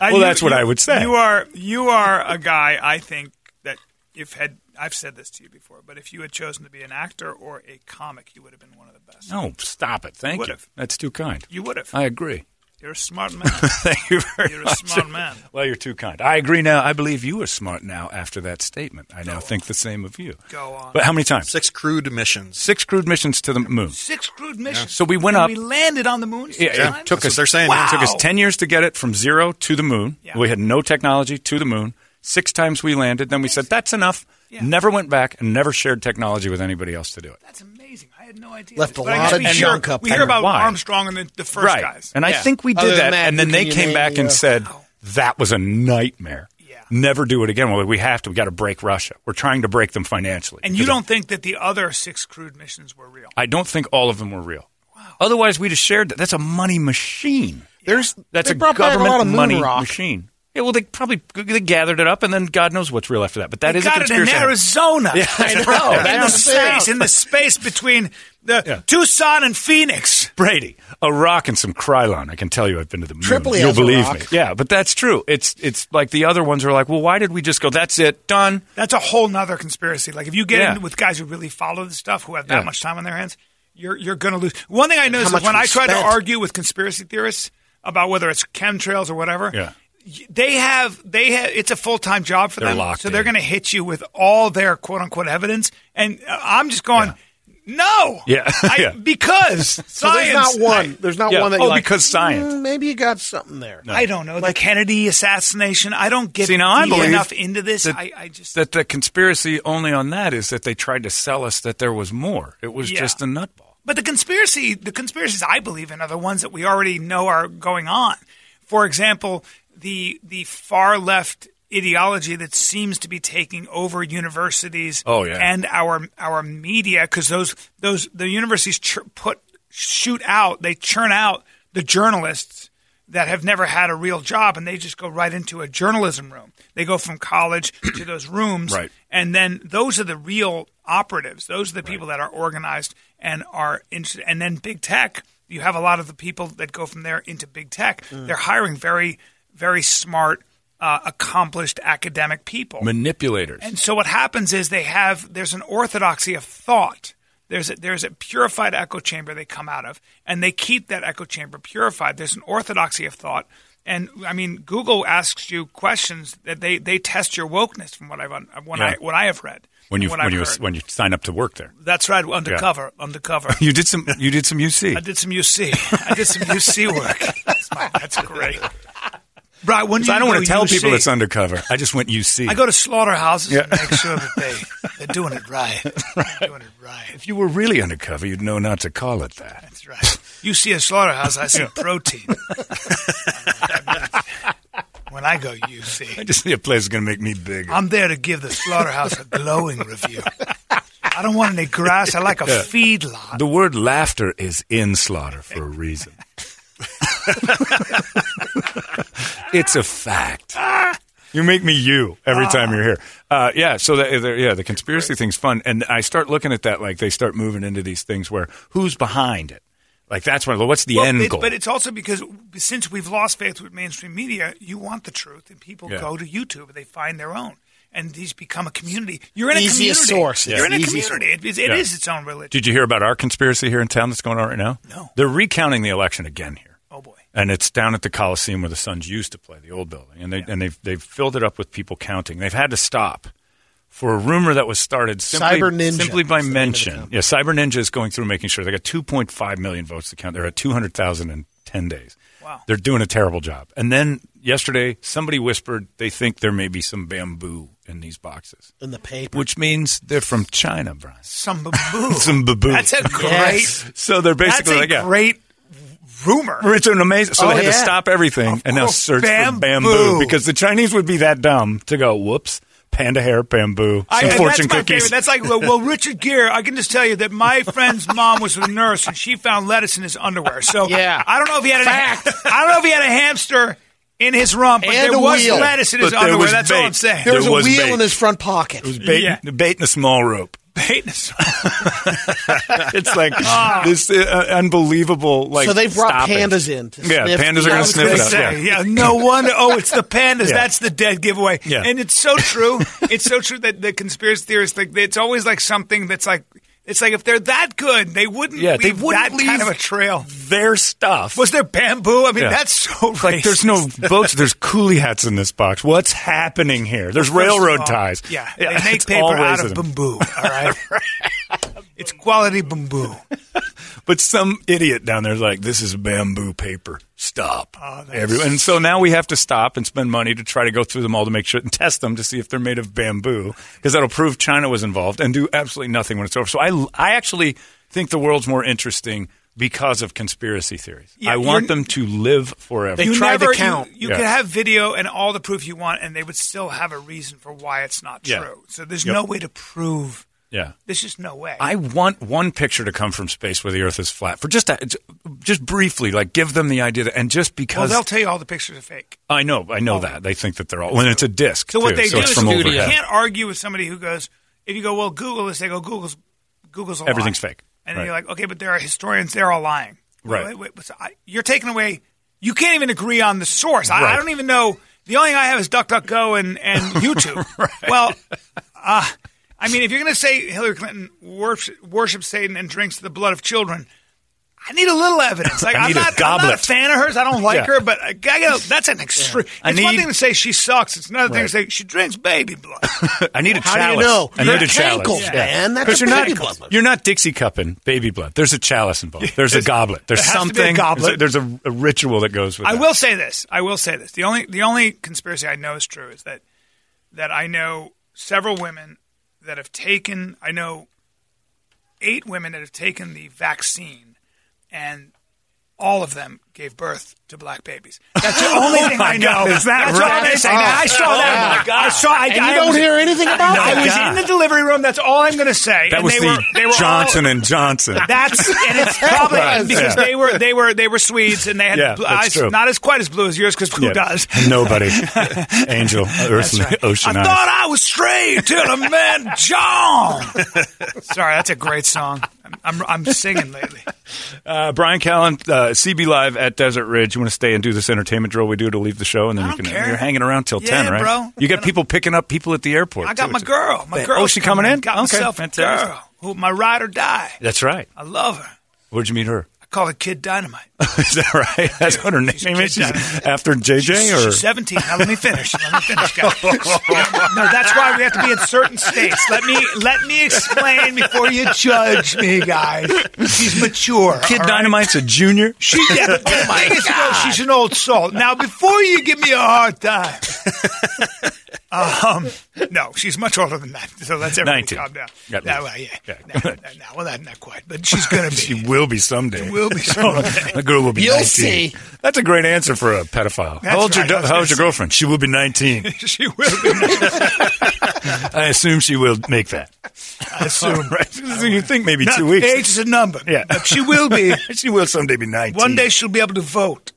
[SPEAKER 4] well,
[SPEAKER 3] that's what I would say.
[SPEAKER 4] You are you are a guy. I think that if had I've said this to you before, but if you had chosen to be an actor or a comic, you would have been one of the best.
[SPEAKER 3] No, stop it. Thank you.
[SPEAKER 4] Would've.
[SPEAKER 3] That's too kind.
[SPEAKER 4] You would have.
[SPEAKER 3] I agree.
[SPEAKER 4] You're a smart man.
[SPEAKER 3] Thank you very
[SPEAKER 4] You're a
[SPEAKER 3] much.
[SPEAKER 4] smart man.
[SPEAKER 3] Well, you're too kind. I agree now. I believe you are smart now after that statement. I now think the same of you.
[SPEAKER 4] Go on.
[SPEAKER 3] But how many times?
[SPEAKER 9] Six crude missions.
[SPEAKER 3] Six crewed missions to the moon.
[SPEAKER 4] Six crude missions.
[SPEAKER 3] So we went
[SPEAKER 4] And
[SPEAKER 3] up-
[SPEAKER 4] We landed on the moon. Six
[SPEAKER 3] Yeah,
[SPEAKER 4] times?
[SPEAKER 3] it took
[SPEAKER 9] That's
[SPEAKER 3] us.
[SPEAKER 9] what they're saying.
[SPEAKER 3] It took us
[SPEAKER 4] Wow.
[SPEAKER 3] ten years to get it from zero to the moon.
[SPEAKER 4] Yeah.
[SPEAKER 3] We had no technology to the moon. Six times we landed. Then we said that's enough. Never went back and never shared technology with anybody else to do it.
[SPEAKER 4] That's amazing. I had no idea.
[SPEAKER 5] Left a
[SPEAKER 4] I
[SPEAKER 5] lot
[SPEAKER 4] guess
[SPEAKER 5] of
[SPEAKER 4] we hear-
[SPEAKER 5] junk up
[SPEAKER 4] We hear
[SPEAKER 5] there.
[SPEAKER 4] about
[SPEAKER 3] Why?
[SPEAKER 4] Armstrong and the, the first
[SPEAKER 3] right.
[SPEAKER 4] guys.
[SPEAKER 3] And I think we did
[SPEAKER 5] Other than
[SPEAKER 3] that.
[SPEAKER 5] that,
[SPEAKER 3] and then
[SPEAKER 5] who
[SPEAKER 3] they
[SPEAKER 5] can you
[SPEAKER 3] came
[SPEAKER 5] name?
[SPEAKER 3] back and
[SPEAKER 5] Yeah.
[SPEAKER 3] said that was a nightmare.
[SPEAKER 4] Yeah.
[SPEAKER 3] Never do it again. Well, we have to. We got to break Russia. We're trying to break them financially.
[SPEAKER 4] and you
[SPEAKER 3] Because
[SPEAKER 4] don't think that the other six crude missions were real?
[SPEAKER 3] I don't think all of them were real. Otherwise, we'd have shared that. That's a money machine.
[SPEAKER 5] There's
[SPEAKER 3] That's
[SPEAKER 5] they
[SPEAKER 3] a
[SPEAKER 5] brought back
[SPEAKER 3] government
[SPEAKER 5] a lot of moon
[SPEAKER 3] money
[SPEAKER 5] rock.
[SPEAKER 3] machine. Yeah, well, they probably they gathered it up, and then God knows what's real after that. But that
[SPEAKER 4] They
[SPEAKER 3] is
[SPEAKER 4] got
[SPEAKER 3] a
[SPEAKER 4] it in
[SPEAKER 3] conspiracy.
[SPEAKER 4] Arizona.
[SPEAKER 3] Yeah, I know.
[SPEAKER 4] in
[SPEAKER 3] Down
[SPEAKER 4] the
[SPEAKER 3] south.
[SPEAKER 4] space, in the space between the
[SPEAKER 3] Yeah.
[SPEAKER 4] Tucson and Phoenix.
[SPEAKER 3] Brady, a rock and some Krylon. I can tell you, I've been to the moon.
[SPEAKER 5] Tripoli
[SPEAKER 3] You'll
[SPEAKER 5] has a
[SPEAKER 3] believe
[SPEAKER 5] rock.
[SPEAKER 3] me. Yeah, but that's true. It's it's like the other ones are like, well, why did we just go? That's it, done.
[SPEAKER 4] That's a whole nother conspiracy. Like if you get
[SPEAKER 3] Yeah.
[SPEAKER 4] in with guys who really follow the stuff, who have that
[SPEAKER 3] Yeah.
[SPEAKER 4] much time on their hands, you're you're going to lose. One thing I know is
[SPEAKER 5] much
[SPEAKER 4] when
[SPEAKER 5] we
[SPEAKER 4] I try to
[SPEAKER 5] spent.
[SPEAKER 4] argue with conspiracy theorists about whether it's chemtrails or whatever,
[SPEAKER 3] Yeah.
[SPEAKER 4] y- they have they have it's a full time job for
[SPEAKER 3] They're
[SPEAKER 4] them,
[SPEAKER 3] locked
[SPEAKER 4] so they're
[SPEAKER 3] in.
[SPEAKER 4] going to hit you with all their quote unquote evidence, and uh, I'm just going. No,
[SPEAKER 3] Yeah.
[SPEAKER 4] I-
[SPEAKER 3] Yeah.
[SPEAKER 4] because science.
[SPEAKER 5] So there's not one. There's not
[SPEAKER 3] Yeah.
[SPEAKER 5] one that.
[SPEAKER 3] Oh,
[SPEAKER 5] you're like,
[SPEAKER 3] because science.
[SPEAKER 5] "Mm, maybe you got something there.
[SPEAKER 4] I don't know the Kennedy assassination. I don't get
[SPEAKER 3] See, now I
[SPEAKER 4] deep
[SPEAKER 3] believe
[SPEAKER 4] enough into this.
[SPEAKER 3] that-
[SPEAKER 4] I, I just
[SPEAKER 3] That the conspiracy only on that is that they tried to sell us that there was more. It was
[SPEAKER 4] Yeah.
[SPEAKER 3] just a nutball.
[SPEAKER 4] But the conspiracy, the conspiracies I believe in are the ones that we already know are going on. For example, the the far left ideology that seems to be taking over universities
[SPEAKER 3] Oh, yeah.
[SPEAKER 4] and our our media because those those the universities ch- put shoot out they churn out the journalists that have never had a real job and they just go right into a journalism room. They go from college to those rooms.
[SPEAKER 3] Right.
[SPEAKER 4] And then those are the real operatives. Those are the people that are organized and are interested. And then big tech, you have a lot of the people that go from there into big tech. They're hiring very, very smart, uh, accomplished academic people.
[SPEAKER 3] Manipulators.
[SPEAKER 4] And so what happens is they have there's an orthodoxy of thought. There's a, there's a purified echo chamber they come out of, and they keep that echo chamber purified. There's an orthodoxy of thought, and I mean Google asks you questions that they, they test your wokeness from what I've un- uh, when I
[SPEAKER 3] Yeah.
[SPEAKER 4] what I have read.
[SPEAKER 3] when you
[SPEAKER 4] and what
[SPEAKER 3] when
[SPEAKER 4] I've
[SPEAKER 3] you
[SPEAKER 4] heard.
[SPEAKER 3] when you sign up to work there.
[SPEAKER 4] that's right undercover undercover.
[SPEAKER 3] You did some you did some UC.
[SPEAKER 4] I did some UC. I did some UC work. That's, my, that's great. Brian, when
[SPEAKER 3] 'Cause
[SPEAKER 4] do you
[SPEAKER 3] I don't
[SPEAKER 4] go
[SPEAKER 3] want to tell people
[SPEAKER 4] UC?
[SPEAKER 3] it's undercover. I just went UC.
[SPEAKER 4] I go to slaughterhouses
[SPEAKER 3] Yeah.
[SPEAKER 4] and make sure that they, they're doing it right. They're doing it right.
[SPEAKER 3] if you were really undercover, you'd know not to call it that.
[SPEAKER 4] That's right. You see a slaughterhouse, I see protein. when I go, you
[SPEAKER 3] I
[SPEAKER 4] see.
[SPEAKER 3] just need a place that's going to make me bigger.
[SPEAKER 4] I'm there to give the slaughterhouse a glowing review. I don't want any grass. I like a feedlot.
[SPEAKER 3] the word laughter is in slaughter for a reason. it's a fact. You make me you every time you're here. Uh, yeah, so that, there- yeah, the conspiracy thing's fun, and I start looking at that like they start moving into these things where who's behind it? Like that's when what's the
[SPEAKER 4] Well,
[SPEAKER 3] end
[SPEAKER 4] it's-
[SPEAKER 3] goal?
[SPEAKER 4] But it's also because since we've lost faith with mainstream media, you want the truth, and people
[SPEAKER 3] Yeah.
[SPEAKER 4] go to YouTube and they find their own. And these become a community. You're in a
[SPEAKER 5] Easiest
[SPEAKER 4] community.
[SPEAKER 5] source.
[SPEAKER 4] You're in a
[SPEAKER 5] Easiest
[SPEAKER 4] community. It, it, it
[SPEAKER 3] Yeah.
[SPEAKER 4] is its own religion.
[SPEAKER 3] Did you hear about our conspiracy here in town that's going on right now?
[SPEAKER 4] No.
[SPEAKER 3] They're recounting the election again here.
[SPEAKER 4] Oh, boy.
[SPEAKER 3] And it's down at the Coliseum where the Suns used to play, the old building. And they and they've they've filled it up with people counting. They've had to stop for a rumor that was started simply,
[SPEAKER 5] Cyber Ninja
[SPEAKER 3] simply by
[SPEAKER 5] is the name of the
[SPEAKER 3] mention.
[SPEAKER 5] company.
[SPEAKER 3] Yeah, Cyber Ninja is going through making sure they got 2.5 million votes to count. They're at 200,000 in 10 days.
[SPEAKER 4] Wow.
[SPEAKER 3] They're doing a terrible job. And then yesterday somebody whispered they think there may be some bamboo in these boxes,
[SPEAKER 5] in the paper.
[SPEAKER 3] which means they're from China, Brian.
[SPEAKER 4] Some baboo.
[SPEAKER 3] Some baboo.
[SPEAKER 4] That's a great.
[SPEAKER 5] Yes.
[SPEAKER 3] So they're basically
[SPEAKER 4] that's a
[SPEAKER 3] like, yeah.
[SPEAKER 4] great rumor.
[SPEAKER 3] It's an amazing. So
[SPEAKER 5] Oh,
[SPEAKER 3] they had
[SPEAKER 5] yeah.
[SPEAKER 3] to stop everything
[SPEAKER 4] Of
[SPEAKER 3] and now
[SPEAKER 4] course,
[SPEAKER 3] search
[SPEAKER 4] bamboo.
[SPEAKER 3] for bamboo because the Chinese would be that dumb to go, whoops, panda hair, bamboo, some
[SPEAKER 4] I, and
[SPEAKER 3] fortune
[SPEAKER 4] that's my
[SPEAKER 3] cookies.
[SPEAKER 4] Favorite. That's like, well, well, Richard Gere, I can just tell you that my friend's mom was a nurse and she found lettuce in his underwear. So
[SPEAKER 5] Yeah.
[SPEAKER 4] I don't know if he had
[SPEAKER 5] Fact.
[SPEAKER 4] a, I don't know if he had a hamster in his rump, but
[SPEAKER 5] And
[SPEAKER 4] there
[SPEAKER 5] a
[SPEAKER 4] was
[SPEAKER 5] wheel.
[SPEAKER 4] lettuce in
[SPEAKER 3] But
[SPEAKER 4] his
[SPEAKER 3] there
[SPEAKER 4] underwear.
[SPEAKER 3] was
[SPEAKER 4] That's all
[SPEAKER 3] bait.
[SPEAKER 4] I'm saying.
[SPEAKER 5] There was a
[SPEAKER 3] There was
[SPEAKER 5] wheel
[SPEAKER 3] bait.
[SPEAKER 5] in his front pocket.
[SPEAKER 3] bait,
[SPEAKER 4] yeah.
[SPEAKER 3] bait in a small rope.
[SPEAKER 4] bait in his-
[SPEAKER 3] It's like
[SPEAKER 4] Ah.
[SPEAKER 3] this uh, unbelievable. Like
[SPEAKER 5] so they brought
[SPEAKER 3] stop it.
[SPEAKER 5] pandas in. To
[SPEAKER 3] Yeah,
[SPEAKER 5] sniff
[SPEAKER 3] pandas
[SPEAKER 5] the
[SPEAKER 3] are going
[SPEAKER 5] out-
[SPEAKER 3] to sniff it out.
[SPEAKER 4] Yeah.
[SPEAKER 3] Yeah.
[SPEAKER 4] no wonder. Oh, it's the pandas.
[SPEAKER 3] Yeah.
[SPEAKER 4] That's the dead giveaway.
[SPEAKER 3] Yeah.
[SPEAKER 4] And it's so true. it's so true that the conspiracy theorists, like, it's always like something that's like, it's like if they're that good, they wouldn't
[SPEAKER 3] Yeah,
[SPEAKER 4] leave
[SPEAKER 3] they wouldn't
[SPEAKER 4] that kind
[SPEAKER 3] leave-
[SPEAKER 4] of a trail.
[SPEAKER 3] Their stuff.
[SPEAKER 4] Was there bamboo? I mean,
[SPEAKER 3] Yeah.
[SPEAKER 4] that's so racist.
[SPEAKER 3] like there's no boats. There's coolie hats in this box. What's happening here? There's
[SPEAKER 4] First of
[SPEAKER 3] railroad
[SPEAKER 4] all,
[SPEAKER 3] ties.
[SPEAKER 4] Yeah, they make
[SPEAKER 3] it's all
[SPEAKER 4] paper out of
[SPEAKER 3] racism.
[SPEAKER 4] bamboo. All right, it's quality bamboo.
[SPEAKER 3] But some idiot down there's like, this is bamboo paper. Stop.
[SPEAKER 4] Oh, that's-
[SPEAKER 3] Everyone. And so now we have to stop and spend money to try to go through them all to make sure and test them to see if they're made of bamboo because that'll prove China was involved and do absolutely nothing when it's over. So I, I actually think the world's more interesting because of conspiracy theories.
[SPEAKER 4] Yeah,
[SPEAKER 3] I want
[SPEAKER 4] you're-
[SPEAKER 3] them to live forever.
[SPEAKER 5] They tried to count.
[SPEAKER 4] You, you
[SPEAKER 3] Yeah.
[SPEAKER 4] could have video and all the proof you want, and they would still have a reason for why it's not
[SPEAKER 3] Yeah.
[SPEAKER 4] true. So there's
[SPEAKER 3] Yep.
[SPEAKER 4] no way to prove.
[SPEAKER 3] yeah.
[SPEAKER 4] There's just no way.
[SPEAKER 3] I want one picture to come from space where the Earth is flat for just a, just briefly, like give them the idea that, and just
[SPEAKER 4] well,
[SPEAKER 3] because
[SPEAKER 4] they'll tell you all the pictures are fake.
[SPEAKER 3] I know, I know that they think that they're all when it's a disc.
[SPEAKER 4] So what
[SPEAKER 3] too,
[SPEAKER 4] they do
[SPEAKER 3] it's
[SPEAKER 4] is
[SPEAKER 3] from
[SPEAKER 4] you
[SPEAKER 3] overhead.
[SPEAKER 4] can't argue with somebody who goes, if you go, well, Google this, they go, Google's Google's a lie."
[SPEAKER 3] Everything's fake.
[SPEAKER 4] and then
[SPEAKER 3] Right.
[SPEAKER 4] you're like, okay, but there are historians, they're all lying,
[SPEAKER 3] Right.
[SPEAKER 4] Wait, wait, wait, so I, you're taking away, you can't even agree on the source. I, I
[SPEAKER 3] Right.
[SPEAKER 4] don't even know. The only thing I have is DuckDuckGo and and YouTube. Well, uh, I mean, if you're going to say Hillary Clinton worships, worships Satan and drinks the blood of children. I need a little evidence. Like
[SPEAKER 3] I
[SPEAKER 4] I'm
[SPEAKER 3] need a
[SPEAKER 4] not, I'm not a
[SPEAKER 3] goblet.
[SPEAKER 4] fan of hers. I don't like
[SPEAKER 3] Yeah.
[SPEAKER 4] her, but I gotta, that's an extreme.
[SPEAKER 3] I
[SPEAKER 4] It's one
[SPEAKER 3] need-
[SPEAKER 4] thing to say she sucks. It's another thing to
[SPEAKER 3] Right.
[SPEAKER 4] say she drinks baby blood.
[SPEAKER 3] I need a
[SPEAKER 5] How
[SPEAKER 3] chalice.
[SPEAKER 5] do you know?
[SPEAKER 3] I
[SPEAKER 5] Your
[SPEAKER 3] need a
[SPEAKER 5] ankles,
[SPEAKER 3] chalice.
[SPEAKER 5] man. That's
[SPEAKER 3] Because
[SPEAKER 5] a
[SPEAKER 3] you're not
[SPEAKER 5] baby blood.
[SPEAKER 3] you're not Dixie cupping baby blood. There's a chalice involved. There's a goblet. There's
[SPEAKER 4] There has to be a
[SPEAKER 3] something.
[SPEAKER 4] goblet.
[SPEAKER 3] There's, a, there's a, a ritual that goes with.
[SPEAKER 4] I
[SPEAKER 3] that.
[SPEAKER 4] will say this. I will say this. The only the only conspiracy I know is true is that that I know several women that have taken. I know eight women that have taken the vaccine, and all of them gave birth to black babies. That's the only thing I know.
[SPEAKER 3] Oh God, is that
[SPEAKER 4] That's
[SPEAKER 3] right?
[SPEAKER 4] all they say. Now, I saw
[SPEAKER 3] Oh,
[SPEAKER 4] that.
[SPEAKER 3] my God. Oh
[SPEAKER 4] I saw. I,
[SPEAKER 5] And you
[SPEAKER 4] I
[SPEAKER 5] don't
[SPEAKER 4] was-
[SPEAKER 5] hear anything about
[SPEAKER 4] I
[SPEAKER 5] that.
[SPEAKER 4] was in the delivery room. That's all I'm going to say.
[SPEAKER 3] That
[SPEAKER 4] and
[SPEAKER 3] was
[SPEAKER 4] they
[SPEAKER 3] the
[SPEAKER 4] were, they were
[SPEAKER 3] Johnson
[SPEAKER 4] all,
[SPEAKER 3] and Johnson.
[SPEAKER 4] That's and it's probably
[SPEAKER 3] Right,
[SPEAKER 4] because
[SPEAKER 3] yeah.
[SPEAKER 4] they were they were they were Swedes and they had
[SPEAKER 3] Yeah,
[SPEAKER 4] bl-
[SPEAKER 3] that's
[SPEAKER 4] eyes
[SPEAKER 3] true.
[SPEAKER 4] not as quite as blue as yours because who
[SPEAKER 3] Yeah.
[SPEAKER 4] does?
[SPEAKER 3] Nobody. Angel, Earth,
[SPEAKER 4] That's right.
[SPEAKER 3] Ocean
[SPEAKER 4] I
[SPEAKER 3] eyes.
[SPEAKER 4] thought I was straight till I met John. Sorry, that's a great song. I'm, I'm, I'm singing lately.
[SPEAKER 3] Uh, Brian Callen, uh, CB Live at Desert Ridge. You want to stay and do this entertainment drill we do to leave the show, and then
[SPEAKER 4] I
[SPEAKER 3] you
[SPEAKER 4] don't
[SPEAKER 3] can.
[SPEAKER 4] care.
[SPEAKER 3] You're hanging around till
[SPEAKER 4] Yeah,
[SPEAKER 3] ten, right?
[SPEAKER 4] bro.
[SPEAKER 3] You got people picking up people at the airport.
[SPEAKER 4] I got
[SPEAKER 3] too.
[SPEAKER 4] my
[SPEAKER 3] It's-
[SPEAKER 4] girl. My
[SPEAKER 3] Oh,
[SPEAKER 4] girl.
[SPEAKER 3] she coming in?
[SPEAKER 4] Got
[SPEAKER 3] Okay,
[SPEAKER 4] myself a
[SPEAKER 3] fantastic.
[SPEAKER 4] girl. Who my ride or die.
[SPEAKER 3] That's right.
[SPEAKER 4] I love her.
[SPEAKER 3] Where'd you meet her?
[SPEAKER 4] I call her Kid Dynamite.
[SPEAKER 3] Is that right? That's what her name
[SPEAKER 4] She's
[SPEAKER 3] is.
[SPEAKER 4] kid
[SPEAKER 3] She's
[SPEAKER 4] dynamite.
[SPEAKER 3] after JJ, or
[SPEAKER 4] She's 17. Now let me finish. Let me finish, guys. no, that's why we have to be in certain states. Let me let me explain before you judge me, guys. She's mature.
[SPEAKER 3] Kid
[SPEAKER 4] all right?
[SPEAKER 3] Dynamite's a junior.
[SPEAKER 4] She, yeah, but the thing is, though, she's an old soul. Now, before you give me a hard time, um, no, she's much older than that. So let's everybody
[SPEAKER 3] 19.
[SPEAKER 4] calm down.
[SPEAKER 3] Got
[SPEAKER 4] no,
[SPEAKER 3] me.
[SPEAKER 4] well, yeah,
[SPEAKER 3] Yeah.
[SPEAKER 4] No, no, no, well, that, not quite, but she's gonna be.
[SPEAKER 3] She will be someday.
[SPEAKER 4] She will be someday.
[SPEAKER 3] the girl will be.
[SPEAKER 5] You'll
[SPEAKER 3] 19.
[SPEAKER 5] see.
[SPEAKER 3] That's a great answer for a pedophile.
[SPEAKER 4] That's
[SPEAKER 3] how old's
[SPEAKER 4] right, I
[SPEAKER 3] your
[SPEAKER 4] was
[SPEAKER 3] How
[SPEAKER 4] gonna
[SPEAKER 3] old's your
[SPEAKER 4] say.
[SPEAKER 3] girlfriend? She will be 19.
[SPEAKER 4] she will be.
[SPEAKER 3] I assume she will make that.
[SPEAKER 4] I assume.
[SPEAKER 3] Right? So you think maybe
[SPEAKER 4] Not-
[SPEAKER 3] two weeks?
[SPEAKER 4] Age is a number.
[SPEAKER 3] Yeah.
[SPEAKER 4] but she will be.
[SPEAKER 3] she will someday be 19.
[SPEAKER 4] One day she'll be able to vote.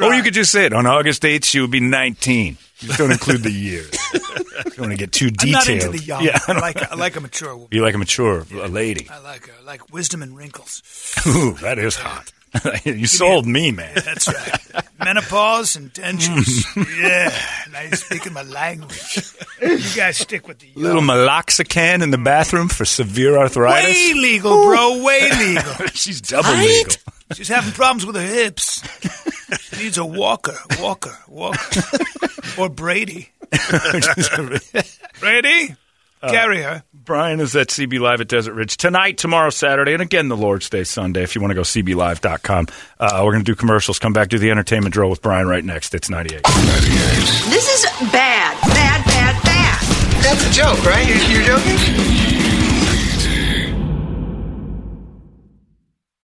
[SPEAKER 3] Or you could just say it. On August 8th, she will be 19. Just don't include the years. don't want to get too
[SPEAKER 4] I'm
[SPEAKER 3] detailed.
[SPEAKER 4] not into the young.
[SPEAKER 3] Yeah.
[SPEAKER 4] I like I like a mature woman.
[SPEAKER 3] You like a mature a lady.
[SPEAKER 4] I like her. I like wisdom and wrinkles.
[SPEAKER 3] Ooh, that is hot. you sold me, man.
[SPEAKER 4] That's right. Menopause and dentures.
[SPEAKER 3] Mm.
[SPEAKER 4] yeah. Now you're speaking my language. You guys stick with the young.
[SPEAKER 3] Little meloxicam in the bathroom for severe arthritis.
[SPEAKER 4] Way legal, bro. Way legal.
[SPEAKER 3] She's double
[SPEAKER 5] Right?
[SPEAKER 3] legal.
[SPEAKER 4] She's having problems with her hips. She needs a walker, walker, walker, or Brady. Brady,
[SPEAKER 3] Uh,
[SPEAKER 4] carry her.
[SPEAKER 3] Brian is at CB Live at Desert Ridge tonight, tomorrow, Saturday, and again the Lord's Day Sunday. If you want to go CBLive.com, uh, we're going to do commercials. Come back, do the entertainment drill with Brian right next. It's 98.
[SPEAKER 8] This is bad. Bad, bad, bad.
[SPEAKER 2] That's a joke, right? You're, you're joking?